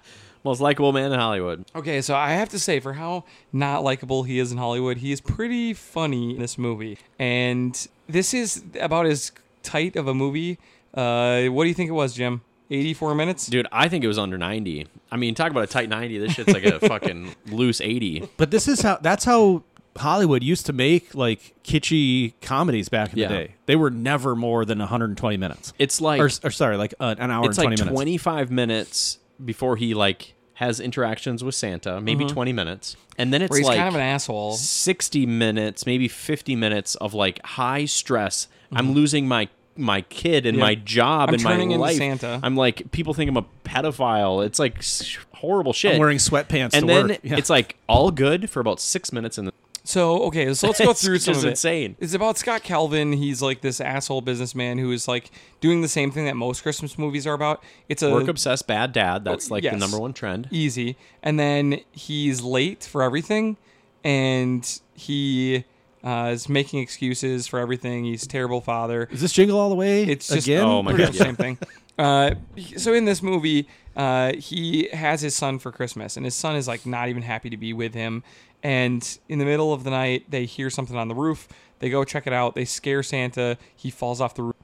Speaker 3: Most likable man in Hollywood.
Speaker 1: okay, so I have to say, for how not likable he is in Hollywood, he is pretty funny in this movie. And this is about as tight of a movie. Uh, what do you think it was, Jim? 84 minutes?
Speaker 3: Dude, I think it was under 90. I mean, talk about a tight 90. This shit's like a fucking loose 80.
Speaker 2: But this is how that's how Hollywood used to make like kitschy comedies back in
Speaker 3: Yeah.
Speaker 2: the day. They were never more than 120 minutes.
Speaker 3: It's like
Speaker 2: or, or sorry, like uh, an hour
Speaker 3: it's
Speaker 2: and
Speaker 3: like
Speaker 2: 20 minutes.
Speaker 3: 25 minutes before he like has interactions with Santa, maybe 20 minutes. And then it's
Speaker 1: Mm-hmm. Where he's
Speaker 3: like
Speaker 1: kind of an asshole.
Speaker 3: 60 minutes, maybe 50 minutes of like high stress. I'm losing my my kid and my
Speaker 1: Mm-hmm.
Speaker 3: job
Speaker 1: I'm
Speaker 3: and my
Speaker 1: turning into
Speaker 3: life.
Speaker 1: Santa.
Speaker 3: I'm like people think I'm a pedophile. It's like s- horrible shit.
Speaker 2: I'm wearing sweatpants to
Speaker 3: and then
Speaker 2: work. Yeah.
Speaker 3: it's like all good for about six minutes, and
Speaker 1: So okay, so let's go
Speaker 3: It's
Speaker 1: through some
Speaker 3: just
Speaker 1: of it.
Speaker 3: insane.
Speaker 1: It's about Scott Calvin. He's like this asshole businessman who is like doing the same thing that most Christmas movies are about. It's a
Speaker 3: work
Speaker 2: Uh,
Speaker 3: obsessed bad dad. That's
Speaker 2: oh,
Speaker 3: like the
Speaker 1: yes.
Speaker 3: number one trend.
Speaker 1: easy, and then he's late for everything, and he uh, is making excuses for everything. He's a terrible father.
Speaker 2: is this jingle all the way?
Speaker 1: It's just
Speaker 2: again.
Speaker 3: oh my
Speaker 1: pretty
Speaker 3: God,
Speaker 1: much
Speaker 3: yeah.
Speaker 1: the same thing. Uh, he- so in this movie, uh, he has his son for Christmas, and his son is like not even happy to be with him. And in the middle of the night, they hear something on the roof. They go check it out. They scare Santa. He falls off the roof.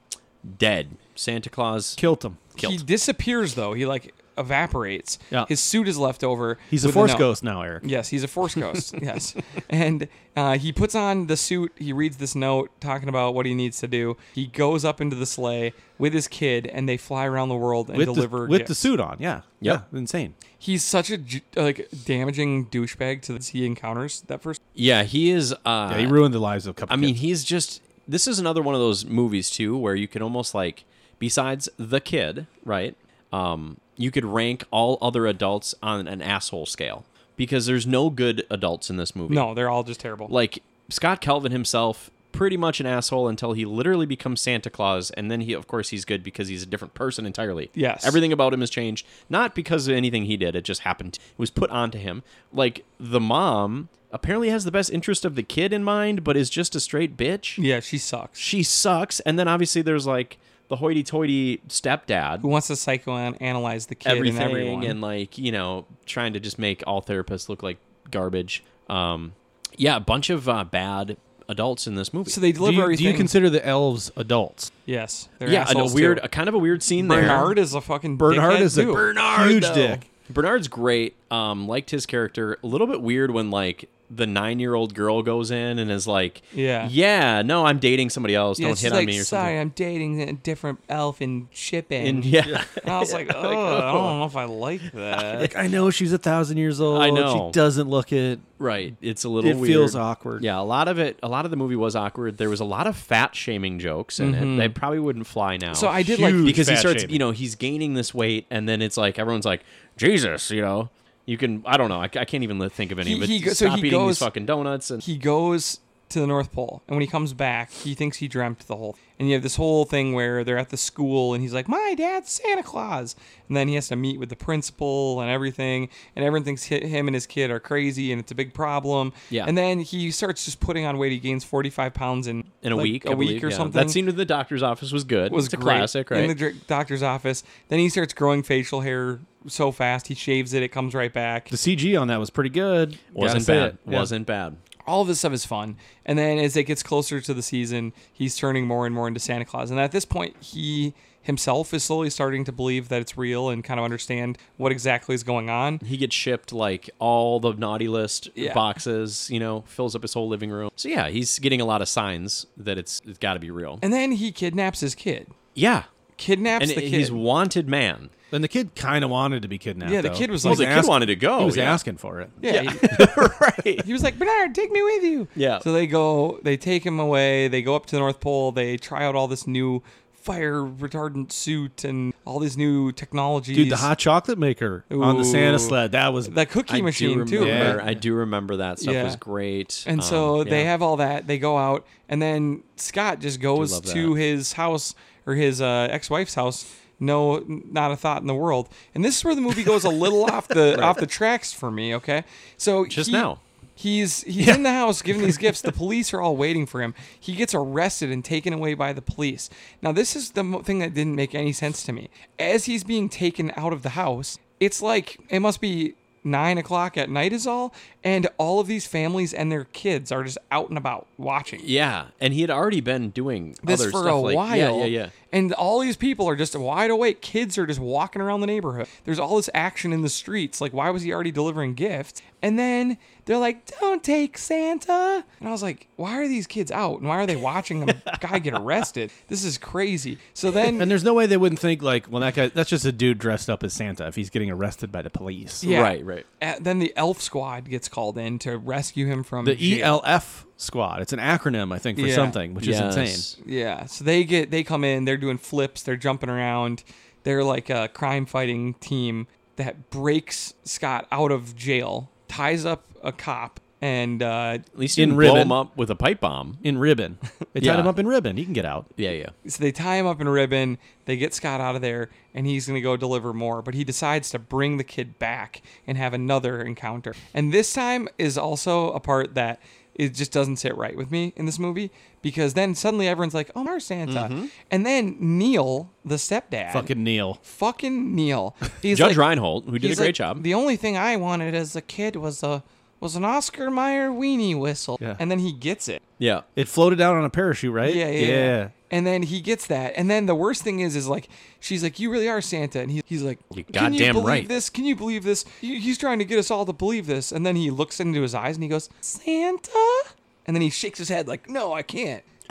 Speaker 3: Dead. Santa Claus.
Speaker 2: Kilt him.
Speaker 1: He
Speaker 3: Killed.
Speaker 1: disappears though. He like evaporates.
Speaker 2: Yeah.
Speaker 1: His suit is left over.
Speaker 2: He's a
Speaker 1: with a
Speaker 2: force
Speaker 1: note.
Speaker 2: ghost now, Eric.
Speaker 1: Yes, he's a force ghost. yes, and uh, he puts on the suit. He reads this note talking about what he needs to do. He goes up into the sleigh with his kid, and they fly around the world and
Speaker 2: With,
Speaker 1: deliver
Speaker 2: the, with the
Speaker 1: gifts.
Speaker 2: suit on, yeah,
Speaker 3: Yep.
Speaker 2: yeah, insane.
Speaker 1: He's such a ju- like damaging douchebag to the he encounters that first.
Speaker 3: Yeah, he is. Uh,
Speaker 2: Yeah, he ruined the lives of a couple.
Speaker 3: I mean,
Speaker 2: kids.
Speaker 3: he's just. This is another one of those movies too, where you can almost like, besides the kid, right? Um, you could rank all other adults on an asshole scale because there's no good adults in this movie.
Speaker 1: No, they're all just terrible.
Speaker 3: like Scott Calvin himself pretty much an asshole until he literally becomes Santa Claus, and then he, of course, he's good because he's a different person entirely.
Speaker 1: Yes.
Speaker 3: everything about him has changed, not because of anything he did. It just happened. It was put onto him. Like the mom apparently has the best interest of the kid in mind, but is just a straight bitch.
Speaker 1: Yeah, she sucks.
Speaker 3: She sucks, and then obviously there's like the hoity-toity stepdad
Speaker 1: Who wants to psychoanalyze the kid
Speaker 3: everything
Speaker 1: and everyone?
Speaker 3: like you know trying to just make all therapists look like garbage um yeah a bunch of uh, bad adults in this movie
Speaker 1: so they
Speaker 2: Do
Speaker 1: deliver
Speaker 2: you, do
Speaker 1: everything.
Speaker 2: you consider the elves adults?
Speaker 1: yes, they're
Speaker 3: yeah a
Speaker 1: assholes
Speaker 3: weird
Speaker 1: too.
Speaker 3: a kind of a weird scene there
Speaker 1: Bernard is a fucking
Speaker 2: Bernard
Speaker 1: dickhead,
Speaker 2: is a
Speaker 1: too.
Speaker 2: huge
Speaker 3: though.
Speaker 2: dick.
Speaker 3: bernard's great um liked his character a little bit weird when like the nine-year-old girl goes in and is like
Speaker 1: Yeah.
Speaker 3: yeah no i'm dating somebody else
Speaker 1: Yeah,
Speaker 3: don't
Speaker 1: she's
Speaker 3: hit
Speaker 1: like,
Speaker 3: on me or
Speaker 1: sorry,
Speaker 3: something
Speaker 1: I'm dating a different elf in shipping.
Speaker 3: and yeah
Speaker 1: And I was like, oh, I don't know if I like that.
Speaker 2: Like I know she's a thousand years old.
Speaker 3: I know.
Speaker 2: she doesn't look it.
Speaker 3: right it's a little
Speaker 2: It
Speaker 3: weird.
Speaker 2: feels awkward.
Speaker 3: yeah a lot of it a lot of the movie was awkward there was a lot of fat shaming jokes in it they probably wouldn't fly now
Speaker 1: Mm-hmm. So I did
Speaker 2: Huge
Speaker 1: like
Speaker 3: because he
Speaker 2: fat
Speaker 3: starts,
Speaker 2: shaming.
Speaker 3: you know, he's gaining this weight, and then it's like everyone's like, Jesus, you know, you can, I don't know, I, I can't even li- think of any.
Speaker 1: He-
Speaker 3: but
Speaker 1: he go- so
Speaker 3: stop
Speaker 1: he
Speaker 3: eating
Speaker 1: goes-
Speaker 3: these fucking donuts, and
Speaker 1: he goes to the North Pole, and when he comes back, he thinks he dreamt the whole. And you have this whole thing where they're at the school, and he's like, "My dad's Santa Claus," and then he has to meet with the principal and everything, and everyone thinks hi- him and his kid are crazy, and it's a big problem.
Speaker 3: Yeah.
Speaker 1: And then he starts just putting on weight. He gains forty five pounds in
Speaker 3: in a
Speaker 1: like,
Speaker 3: week, I
Speaker 1: a week
Speaker 3: believe,
Speaker 1: or
Speaker 3: yeah.
Speaker 1: something.
Speaker 3: That scene with the doctor's office was good.
Speaker 1: was
Speaker 3: it's a
Speaker 1: great
Speaker 3: classic, right?
Speaker 1: in the dr- doctor's office. Then he starts growing facial hair so fast he shaves it; it comes right back.
Speaker 2: The CG on that was pretty good. Gotta
Speaker 3: Wasn't
Speaker 2: say
Speaker 3: bad.
Speaker 2: it. Yeah.
Speaker 3: Wasn't bad.
Speaker 1: all of this stuff is fun. And then as it gets closer to the season, he's turning more and more into Santa Claus. And at this point, he himself is slowly starting to believe that it's real and kind of understand what exactly is going on.
Speaker 3: He gets shipped like all the naughty list
Speaker 1: Yeah.
Speaker 3: boxes, you know, fills up his whole living room. So yeah, he's getting a lot of signs that it's it's got to be real.
Speaker 1: And then he kidnaps his kid.
Speaker 3: yeah,
Speaker 1: Kidnaps
Speaker 3: and
Speaker 1: the kid.
Speaker 3: he's wanted man.
Speaker 2: And the kid kind of wanted to be kidnapped.
Speaker 1: Yeah, the
Speaker 2: though.
Speaker 1: kid was
Speaker 2: He
Speaker 1: like-
Speaker 3: Well, the kid
Speaker 2: ask-
Speaker 3: wanted to go,
Speaker 2: He was
Speaker 3: yeah.
Speaker 2: asking for it.
Speaker 1: yeah. He,
Speaker 3: right.
Speaker 1: he was like, Bernard, take me with you.
Speaker 3: Yeah.
Speaker 1: So they go, they take him away, they go up to the North Pole, they try out all this new fire retardant suit and all these new technologies.
Speaker 2: Dude, the hot chocolate maker on the
Speaker 1: Ooh.
Speaker 2: Santa sled. That was
Speaker 1: the cookie
Speaker 3: I
Speaker 1: machine
Speaker 3: do
Speaker 1: too.
Speaker 3: remember,
Speaker 2: Yeah.
Speaker 3: I do remember that stuff
Speaker 1: Yeah.
Speaker 3: was great.
Speaker 1: And
Speaker 3: Um,
Speaker 1: so they
Speaker 3: yeah.
Speaker 1: have all that. They go out, and then Scott just goes
Speaker 3: love
Speaker 1: to
Speaker 3: that.
Speaker 1: his house or his uh, ex-wife's house. No, n- not a thought in the world. And this is where the movie goes a little off the off the tracks for me. Okay, so
Speaker 3: Just
Speaker 1: he-
Speaker 3: now.
Speaker 1: He's he's in the house giving these gifts. The police are all waiting for him. He gets arrested and taken away by the police. Now this is the mo- thing that didn't make any sense to me. As he's being taken out of the house, it's like it must be nine o'clock at night is all, and all of these families and their kids are just out and about watching
Speaker 3: Yeah, and he had already been doing
Speaker 1: this
Speaker 3: other
Speaker 1: for
Speaker 3: stuff
Speaker 1: a
Speaker 3: like,
Speaker 1: while.
Speaker 3: Yeah, yeah, yeah.
Speaker 1: And all these people are just wide awake. Kids are just walking around the neighborhood. There's all this action in the streets. Like, why was he already delivering gifts? And then they're like, "Don't take Santa." And I was like, "Why are these kids out? And why are they watching a guy get arrested? This is crazy." So then,
Speaker 2: And there's no way they wouldn't think like, well, that guy, that's just a dude dressed up as Santa if he's getting arrested by the police.
Speaker 1: yeah,
Speaker 3: Right, right.
Speaker 1: a- then the elf squad gets called in to rescue him from
Speaker 2: The
Speaker 3: E
Speaker 1: jail.
Speaker 2: ELF squad. It's an acronym, I think, for
Speaker 1: Yeah.
Speaker 2: something, which is insane.
Speaker 1: Yeah. So they get they come in, they're doing flips, they're jumping around. They're like a crime fighting team that breaks Scott out of jail, ties up a cop, and uh,
Speaker 3: At least
Speaker 2: In
Speaker 3: in blow
Speaker 2: ribbon.
Speaker 3: him up with a pipe bomb.
Speaker 2: In ribbon. They tied
Speaker 3: Yeah.
Speaker 2: him up in ribbon. He can get out.
Speaker 3: Yeah, yeah.
Speaker 1: so they tie him up in a ribbon. They get Scott out of there, and he's gonna go deliver more. But he decides to bring the kid back and have another encounter. And this time is also a part that it just doesn't sit right with me in this movie because then suddenly everyone's like, "Oh, our Santa," and then Neil, the stepdad,
Speaker 2: Fucking Neil.
Speaker 1: fucking Neil. He's
Speaker 3: Judge
Speaker 1: like-
Speaker 3: Reinhold, who did a
Speaker 1: he's
Speaker 3: great
Speaker 1: like,
Speaker 3: job.
Speaker 1: The only thing I wanted as a kid was a was an Oscar Mayer weenie whistle.
Speaker 2: Yeah.
Speaker 1: And then he gets it.
Speaker 3: yeah.
Speaker 2: It floated out on a parachute, right?
Speaker 1: Yeah, yeah, yeah. And then he gets that. And then the worst thing is, is like, she's like, "You really are Santa," and he, he's like,
Speaker 3: You're
Speaker 1: "Can you
Speaker 3: goddamn
Speaker 1: believe
Speaker 3: right."
Speaker 1: This? Can you believe this? He- He's trying to get us all to believe this." And then he looks into his eyes and he goes, "Santa," and then he shakes his head like, "No, I can't."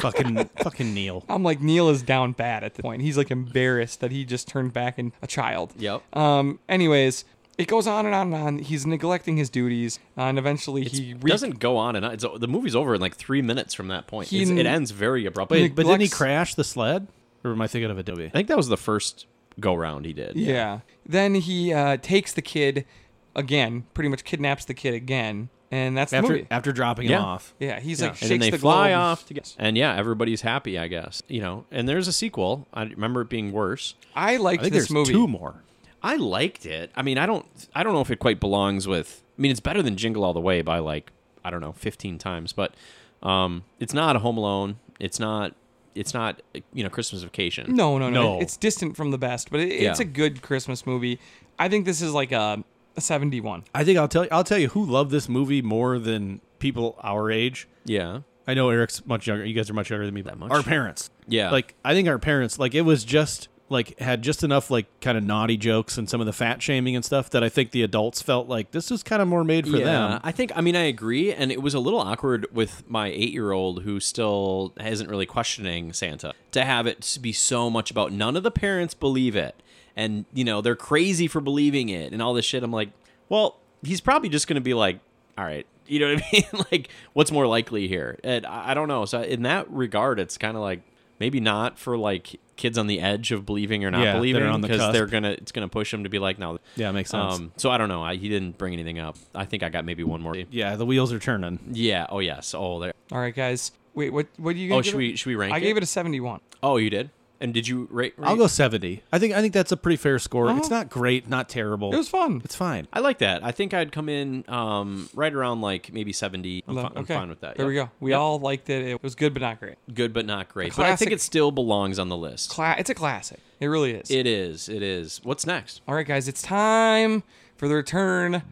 Speaker 2: fucking, fucking Neil.
Speaker 1: I'm like, Neil is down bad at this point. He's like embarrassed that he just turned back in a child.
Speaker 3: Yep.
Speaker 1: Um. Anyways, it goes on and on and on. He's neglecting his duties, uh, and eventually he
Speaker 3: It
Speaker 1: re-
Speaker 3: doesn't go on and on. It's, the movie's over in like three minutes from that point.
Speaker 1: He
Speaker 3: It's-
Speaker 1: n-
Speaker 3: it ends very abruptly.
Speaker 2: Wait, but didn't he
Speaker 1: Neglects-
Speaker 2: crash the sled? Or am I thinking of Adobe?
Speaker 3: I think that was the first go round he did.
Speaker 1: Yeah. Then he uh, takes the kid again, pretty much kidnaps the kid again, and that's the
Speaker 2: after
Speaker 1: movie.
Speaker 2: after dropping
Speaker 3: Yeah.
Speaker 2: him off.
Speaker 1: Yeah, he's
Speaker 2: Yeah.
Speaker 1: like
Speaker 3: and
Speaker 1: shakes
Speaker 3: then they
Speaker 1: the
Speaker 3: fly
Speaker 1: globe.
Speaker 3: off together. And yeah, everybody's happy, I guess. You know, and there's a sequel. I remember it being worse.
Speaker 1: I
Speaker 2: I
Speaker 1: liked
Speaker 2: think
Speaker 1: this
Speaker 2: there's
Speaker 1: movie.
Speaker 2: two more.
Speaker 3: I liked it. I mean, I don't I don't know if it quite belongs with I mean, it's better than Jingle All the Way by like, I don't know, 15 times, but um it's not a Home Alone. It's not it's not, you know, Christmas Vacation.
Speaker 1: No, no, no,
Speaker 2: No.
Speaker 1: It's distant from the best, but it, it's
Speaker 3: Yeah.
Speaker 1: a good Christmas movie. I think this is like a, a 71.
Speaker 2: I think I'll tell you. I'll tell you who loved this movie more than people our age.
Speaker 3: Yeah.
Speaker 2: I know Eric's much younger. You guys are much younger than me. That
Speaker 3: much?
Speaker 2: Our parents.
Speaker 3: Yeah.
Speaker 2: Like I think our parents like it was just like had just enough like kind of naughty jokes and some of the fat shaming and stuff that I think the adults felt like this was kind of more made for them.
Speaker 3: I think I mean I agree, and it was a little awkward with my eight-year-old who still isn't really questioning Santa to have it s- be so much about none of the parents believe it, and you know they're crazy for believing it and all this shit. I'm like, well, he's probably just gonna be like, all right, you know what I mean? like, what's more likely here? And I I don't know. So in that regard, it's kind of like maybe not for like kids on the edge of believing or not
Speaker 2: Yeah, they're
Speaker 3: believing
Speaker 2: on the
Speaker 3: because
Speaker 2: cusp.
Speaker 3: they're gonna it's gonna push them to be like, no,
Speaker 2: Yeah, makes sense.
Speaker 3: um, so I don't know. I, he didn't bring anything up. I think I got maybe one more.
Speaker 2: yeah, the wheels are turning.
Speaker 3: Yeah. Oh yes. Oh there.
Speaker 1: All right, guys. Wait, what? What do you? gonna
Speaker 3: Oh,
Speaker 1: give
Speaker 3: should we should we rank?
Speaker 1: I gave it a 71.
Speaker 3: Oh, you did. And did you rate?
Speaker 2: I'll
Speaker 3: rate-
Speaker 2: go seventy. I think I think that's a pretty fair score. It's
Speaker 3: Uh-huh.
Speaker 2: not great, not terrible.
Speaker 1: It was fun.
Speaker 2: It's fine.
Speaker 3: I like that. I think I'd come in um, right around like maybe seventy. I'm,
Speaker 1: Lo-
Speaker 3: fi- I'm
Speaker 1: okay.
Speaker 3: fine with that.
Speaker 1: There we go. We all liked it. It was good, but not great.
Speaker 3: go. Good but not great.
Speaker 1: A
Speaker 3: But I think
Speaker 1: classic-
Speaker 3: it still belongs on the list.
Speaker 1: Cla- it's a classic. It really is.
Speaker 3: it is. It is. What's next?
Speaker 1: all right, guys. It's time for the return.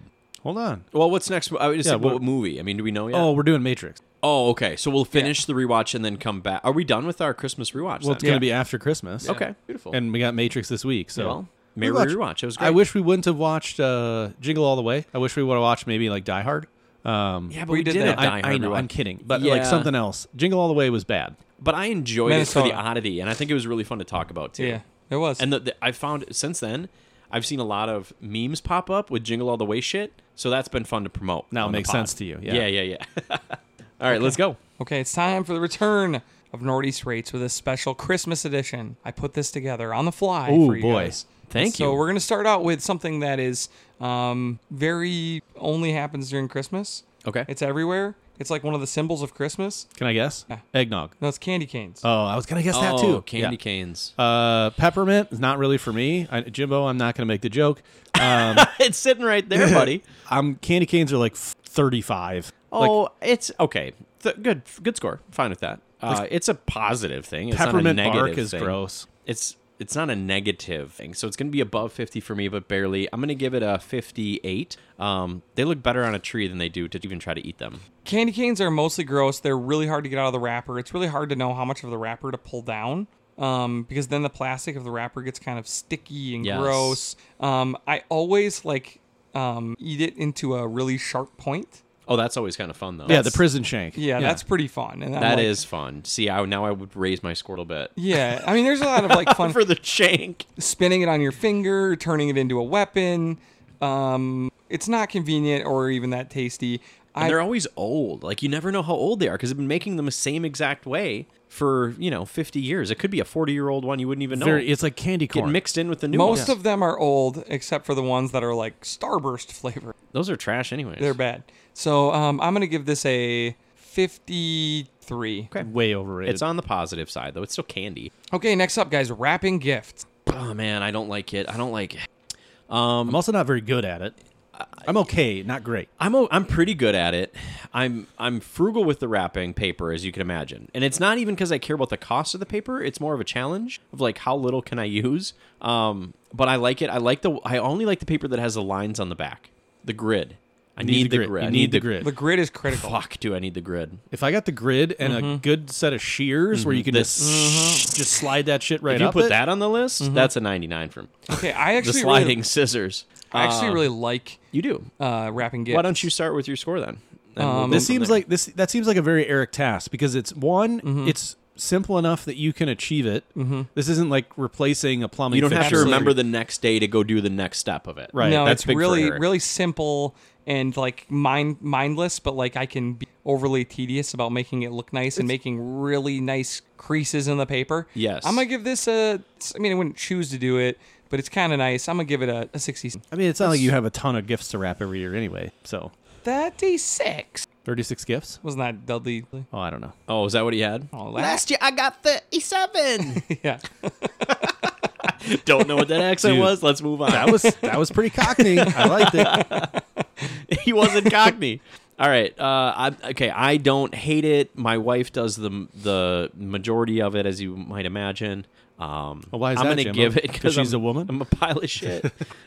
Speaker 2: Hold on.
Speaker 3: Well, what's next? I would say
Speaker 2: Yeah,
Speaker 3: what,
Speaker 2: what-
Speaker 3: movie? I mean, do we know yet?
Speaker 2: Oh, we're doing Matrix.
Speaker 3: Oh, okay. So we'll finish the rewatch and then come back. Are we done with our Christmas rewatch?
Speaker 2: Well, it's
Speaker 3: then?
Speaker 2: gonna be after Christmas.
Speaker 3: Okay. Beautiful.
Speaker 2: And we got Matrix this week. So
Speaker 3: Well, merry
Speaker 2: Rewatch.
Speaker 3: rewatch. It was great.
Speaker 2: I wish we wouldn't have watched uh, Jingle All the Way. I wish we would have watched maybe like Die Hard. Um,
Speaker 3: Yeah, but
Speaker 1: we
Speaker 3: we,
Speaker 1: did
Speaker 3: did,
Speaker 1: that.
Speaker 3: have Die
Speaker 2: I, I
Speaker 3: Hard
Speaker 2: know.
Speaker 3: rewatch.
Speaker 2: I'm kidding, but
Speaker 3: Yeah.
Speaker 2: like something else. Jingle All the Way was bad.
Speaker 3: but I enjoyed it for
Speaker 1: Minnesota.
Speaker 3: the oddity, and I think it was really fun to talk about too.
Speaker 1: Yeah, it was.
Speaker 3: And the, the, I found since then, I've seen a lot of memes pop up with "Jingle All the Way" shit, so that's been fun to promote.
Speaker 2: Now it
Speaker 3: on the
Speaker 2: makes
Speaker 3: pod.
Speaker 2: sense to you, yeah.
Speaker 3: yeah, yeah. yeah. All right, let's go.
Speaker 1: Okay, it's time for the return of Northeast Rates with a special Christmas edition. I put this together on the fly
Speaker 2: Ooh,
Speaker 1: for you
Speaker 2: boy.
Speaker 1: guys.
Speaker 3: Thank
Speaker 1: so
Speaker 3: you.
Speaker 1: we're gonna start out with something that is um, very only happens during Christmas.
Speaker 3: Okay.
Speaker 1: It's everywhere. It's like one of the symbols of Christmas.
Speaker 2: Can I guess? Eggnog.
Speaker 1: No, it's candy canes.
Speaker 2: Oh, I was gonna guess
Speaker 3: oh,
Speaker 2: that too.
Speaker 3: Candy
Speaker 2: Yeah.
Speaker 3: canes.
Speaker 2: Uh, peppermint is not really for me. I, Jimbo, I'm not gonna make the joke.
Speaker 3: it's sitting right there, buddy.
Speaker 2: Um, candy canes are like f- 35. Like,
Speaker 3: oh, it's okay. Th- good, good score. Fine with that. Uh, it's a positive thing. It's
Speaker 2: peppermint
Speaker 3: not a negative
Speaker 2: bark is
Speaker 3: thing.
Speaker 2: gross.
Speaker 3: It's it's not a negative thing, so it's going to be above 50 for me, but barely. I'm going to give it a 58. Um, they look better on a tree than they do to even try to eat them.
Speaker 1: Candy canes are mostly gross. They're really hard to get out of the wrapper. It's really hard to know how much of the wrapper to pull down um, because then the plastic of the wrapper gets kind of sticky and
Speaker 3: Yes.
Speaker 1: gross. Um, I always like um, eat it into a really sharp point.
Speaker 3: Oh, that's always kind of fun though.
Speaker 2: Yeah, the prison shank.
Speaker 1: Yeah, that's pretty fun. And I'm
Speaker 3: That
Speaker 1: like-
Speaker 3: is fun. See, I now I would raise my score a bit
Speaker 1: Yeah, I mean, there's a lot of like fun
Speaker 3: for the shank.
Speaker 1: spinning it on your finger, turning it into a weapon. Um, it's not convenient or even that tasty.
Speaker 3: And
Speaker 1: I
Speaker 3: they're always old. Like you never know how old they are because they've been making them the same exact way for you know 50 years. It could be a 40 year old one you wouldn't even know.
Speaker 2: Very, it's like candy
Speaker 3: Get
Speaker 2: corn.
Speaker 3: mixed in with the new
Speaker 1: most
Speaker 3: ones.
Speaker 1: of them are old except for the ones that are like starburst flavor.
Speaker 3: Those are trash anyways.
Speaker 1: They're bad. So um, I'm gonna give this a 53. Okay.
Speaker 2: Way overrated.
Speaker 3: It's on the positive side though. It's still candy.
Speaker 1: next up, guys, wrapping gifts.
Speaker 3: Oh man, I don't like it. I don't like. It.
Speaker 2: I'm also not very good at it. I'm okay, not great.
Speaker 3: I'm o- I'm pretty good at it. I'm I'm frugal with the wrapping paper, as you can imagine, and it's not even because I care about the cost of the paper. It's more of a challenge of like how little can I use. Um, but I like it. I like the. I only like the paper that has the lines on the back, the grid. I need, the grid.
Speaker 2: You
Speaker 3: I
Speaker 2: need the grid.
Speaker 1: The grid is critical.
Speaker 3: Fuck, do I need the grid?
Speaker 2: If I got the grid and a good set of shears where you can
Speaker 3: This-
Speaker 2: just just slide that shit right
Speaker 3: If you
Speaker 2: up it,
Speaker 3: put
Speaker 2: Mm-hmm.
Speaker 3: that on the list, that's a 99 from
Speaker 1: Okay, I
Speaker 3: the
Speaker 1: actually
Speaker 3: sliding
Speaker 1: Really,
Speaker 3: scissors.
Speaker 1: I actually
Speaker 3: Uh,
Speaker 1: really like
Speaker 3: you do.
Speaker 1: uh, wrapping gifts.
Speaker 3: Why don't you start with your score then? And we'll go
Speaker 2: this
Speaker 3: from
Speaker 2: Um, seems
Speaker 3: there.
Speaker 2: like this that seems like a very Eric task because it's one,
Speaker 3: Mm-hmm.
Speaker 2: it's simple enough that you can achieve it. This isn't like replacing a plumbing.
Speaker 3: you don't have to
Speaker 2: fixture.
Speaker 3: remember the next day to go do the next step of it.
Speaker 2: Right,
Speaker 1: No,
Speaker 3: that's
Speaker 1: it's
Speaker 3: big for
Speaker 1: really
Speaker 3: Eric.
Speaker 1: really simple and like mind mindless, but like I can be overly tedious about making it look nice and making really nice creases in the paper.
Speaker 3: Yes.
Speaker 1: I'm gonna give this a. I mean, I wouldn't choose to do it, but it's kind of nice. I'm gonna give it a, a 60.
Speaker 2: I mean, it's not like you have a ton of gifts to wrap every year anyway. So
Speaker 1: 36.
Speaker 2: 36 gifts?
Speaker 1: Wasn't that Dudley?
Speaker 2: Oh, I don't know.
Speaker 3: Oh, is that what he had?
Speaker 1: Oh,
Speaker 3: Last year I got 37.
Speaker 1: yeah.
Speaker 3: Don't know what that accent
Speaker 2: Dude.
Speaker 3: was. Let's move on.
Speaker 2: That was that was pretty cockney. I liked it.
Speaker 3: he wasn't Cockney. All right. Uh, I, okay. I don't hate it. My wife does the the majority of it, as you might imagine. Um,
Speaker 2: Well, why is
Speaker 3: I'm
Speaker 2: that,
Speaker 3: gonna
Speaker 2: Jimbo?
Speaker 3: give it
Speaker 2: 'Cause she's
Speaker 3: I'm-
Speaker 2: a woman?
Speaker 3: I'm a pile of shit.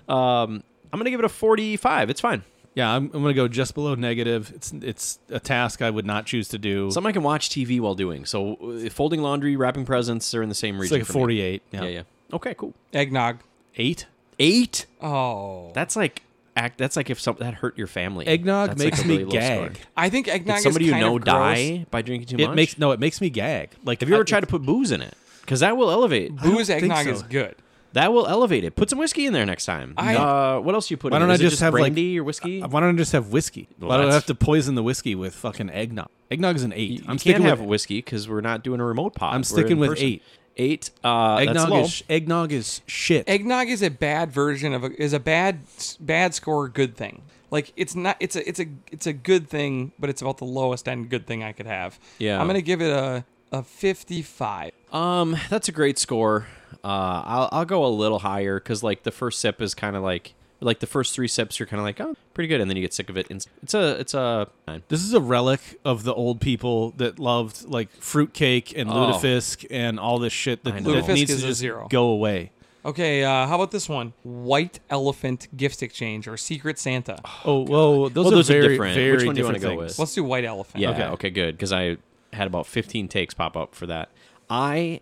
Speaker 3: um, I'm gonna give it a 45. It's fine.
Speaker 2: Yeah, I'm, I'm gonna go just below negative. It's it's a task I would not choose to do.
Speaker 3: Something I can watch TV while doing. So uh, folding laundry, wrapping presents, they're in the same
Speaker 2: it's
Speaker 3: region.
Speaker 2: like a
Speaker 3: for me.
Speaker 2: 48. Yeah.
Speaker 3: Yeah, yeah. Okay, cool.
Speaker 1: Eggnog.
Speaker 2: Eight.
Speaker 3: Eight.
Speaker 1: Oh.
Speaker 3: That's like act. That's like if something that hurt your family.
Speaker 2: Eggnog
Speaker 3: That's
Speaker 2: makes
Speaker 3: like a
Speaker 2: me
Speaker 3: really low score.
Speaker 2: gag.
Speaker 1: I think eggnog
Speaker 3: Did somebody
Speaker 1: is
Speaker 3: you
Speaker 1: kind
Speaker 3: know
Speaker 1: of gross.
Speaker 3: die by drinking too
Speaker 2: It
Speaker 3: much?
Speaker 2: makes no. It makes me gag. Like,
Speaker 3: Have you ever
Speaker 2: I-
Speaker 3: tried to put booze in it? Because that will elevate.
Speaker 1: Booze
Speaker 2: I don't think
Speaker 1: eggnog
Speaker 2: so.
Speaker 1: is good.
Speaker 3: That will elevate it. Put some whiskey in there next time.
Speaker 1: I-
Speaker 3: uh, what else you put?
Speaker 2: Why
Speaker 3: in?
Speaker 2: don't
Speaker 3: Is
Speaker 2: I
Speaker 3: it
Speaker 2: just have, like-
Speaker 3: brandy or whiskey?
Speaker 2: Why don't I just have whiskey?
Speaker 3: Well,
Speaker 2: why do I
Speaker 3: that's-
Speaker 2: have to poison the whiskey with fucking eggnog? Eggnog is an eight.
Speaker 3: You
Speaker 2: I'm
Speaker 3: can't
Speaker 2: sticking
Speaker 3: have
Speaker 2: with
Speaker 3: whiskey because we're not doing a remote pod.
Speaker 2: I'm
Speaker 3: We're
Speaker 2: sticking
Speaker 3: in
Speaker 2: with
Speaker 3: person.
Speaker 2: eight.
Speaker 3: Eight. Uh, that's
Speaker 2: eggnog.
Speaker 3: low.
Speaker 2: Is sh- eggnog is shit.
Speaker 1: Eggnog is a bad version of a, is a bad bad score good thing. Like it's not it's a it's a it's a good thing, but it's about the lowest end good thing I could have.
Speaker 3: Yeah.
Speaker 1: I'm gonna give it a a 55.
Speaker 3: Um, that's a great score. Uh, I'll I'll go a little higher because like the first sip is kind of like like the first three sips you're kind of like oh pretty good and then you get sick of it. And it's a it's a nine.
Speaker 2: This is a relic of the old people that loved like fruitcake and lutefisk and all this shit that,
Speaker 3: Oh. I know.
Speaker 2: that
Speaker 1: Lutefisk
Speaker 2: needs
Speaker 1: is
Speaker 2: to
Speaker 1: a
Speaker 2: just
Speaker 1: zero.
Speaker 2: go away.
Speaker 1: Okay, uh, how about this one? White elephant gift exchange or secret Santa.
Speaker 2: Oh, whoa, those,
Speaker 3: Well,
Speaker 2: are,
Speaker 3: those are
Speaker 2: very,
Speaker 3: different.
Speaker 2: very
Speaker 3: Which one do you
Speaker 2: different
Speaker 3: wanna go
Speaker 2: things.
Speaker 3: with?
Speaker 1: Let's do white elephant.
Speaker 3: Yeah.
Speaker 2: Okay.
Speaker 3: Okay. Good. Because I had about 15 takes pop up for that. I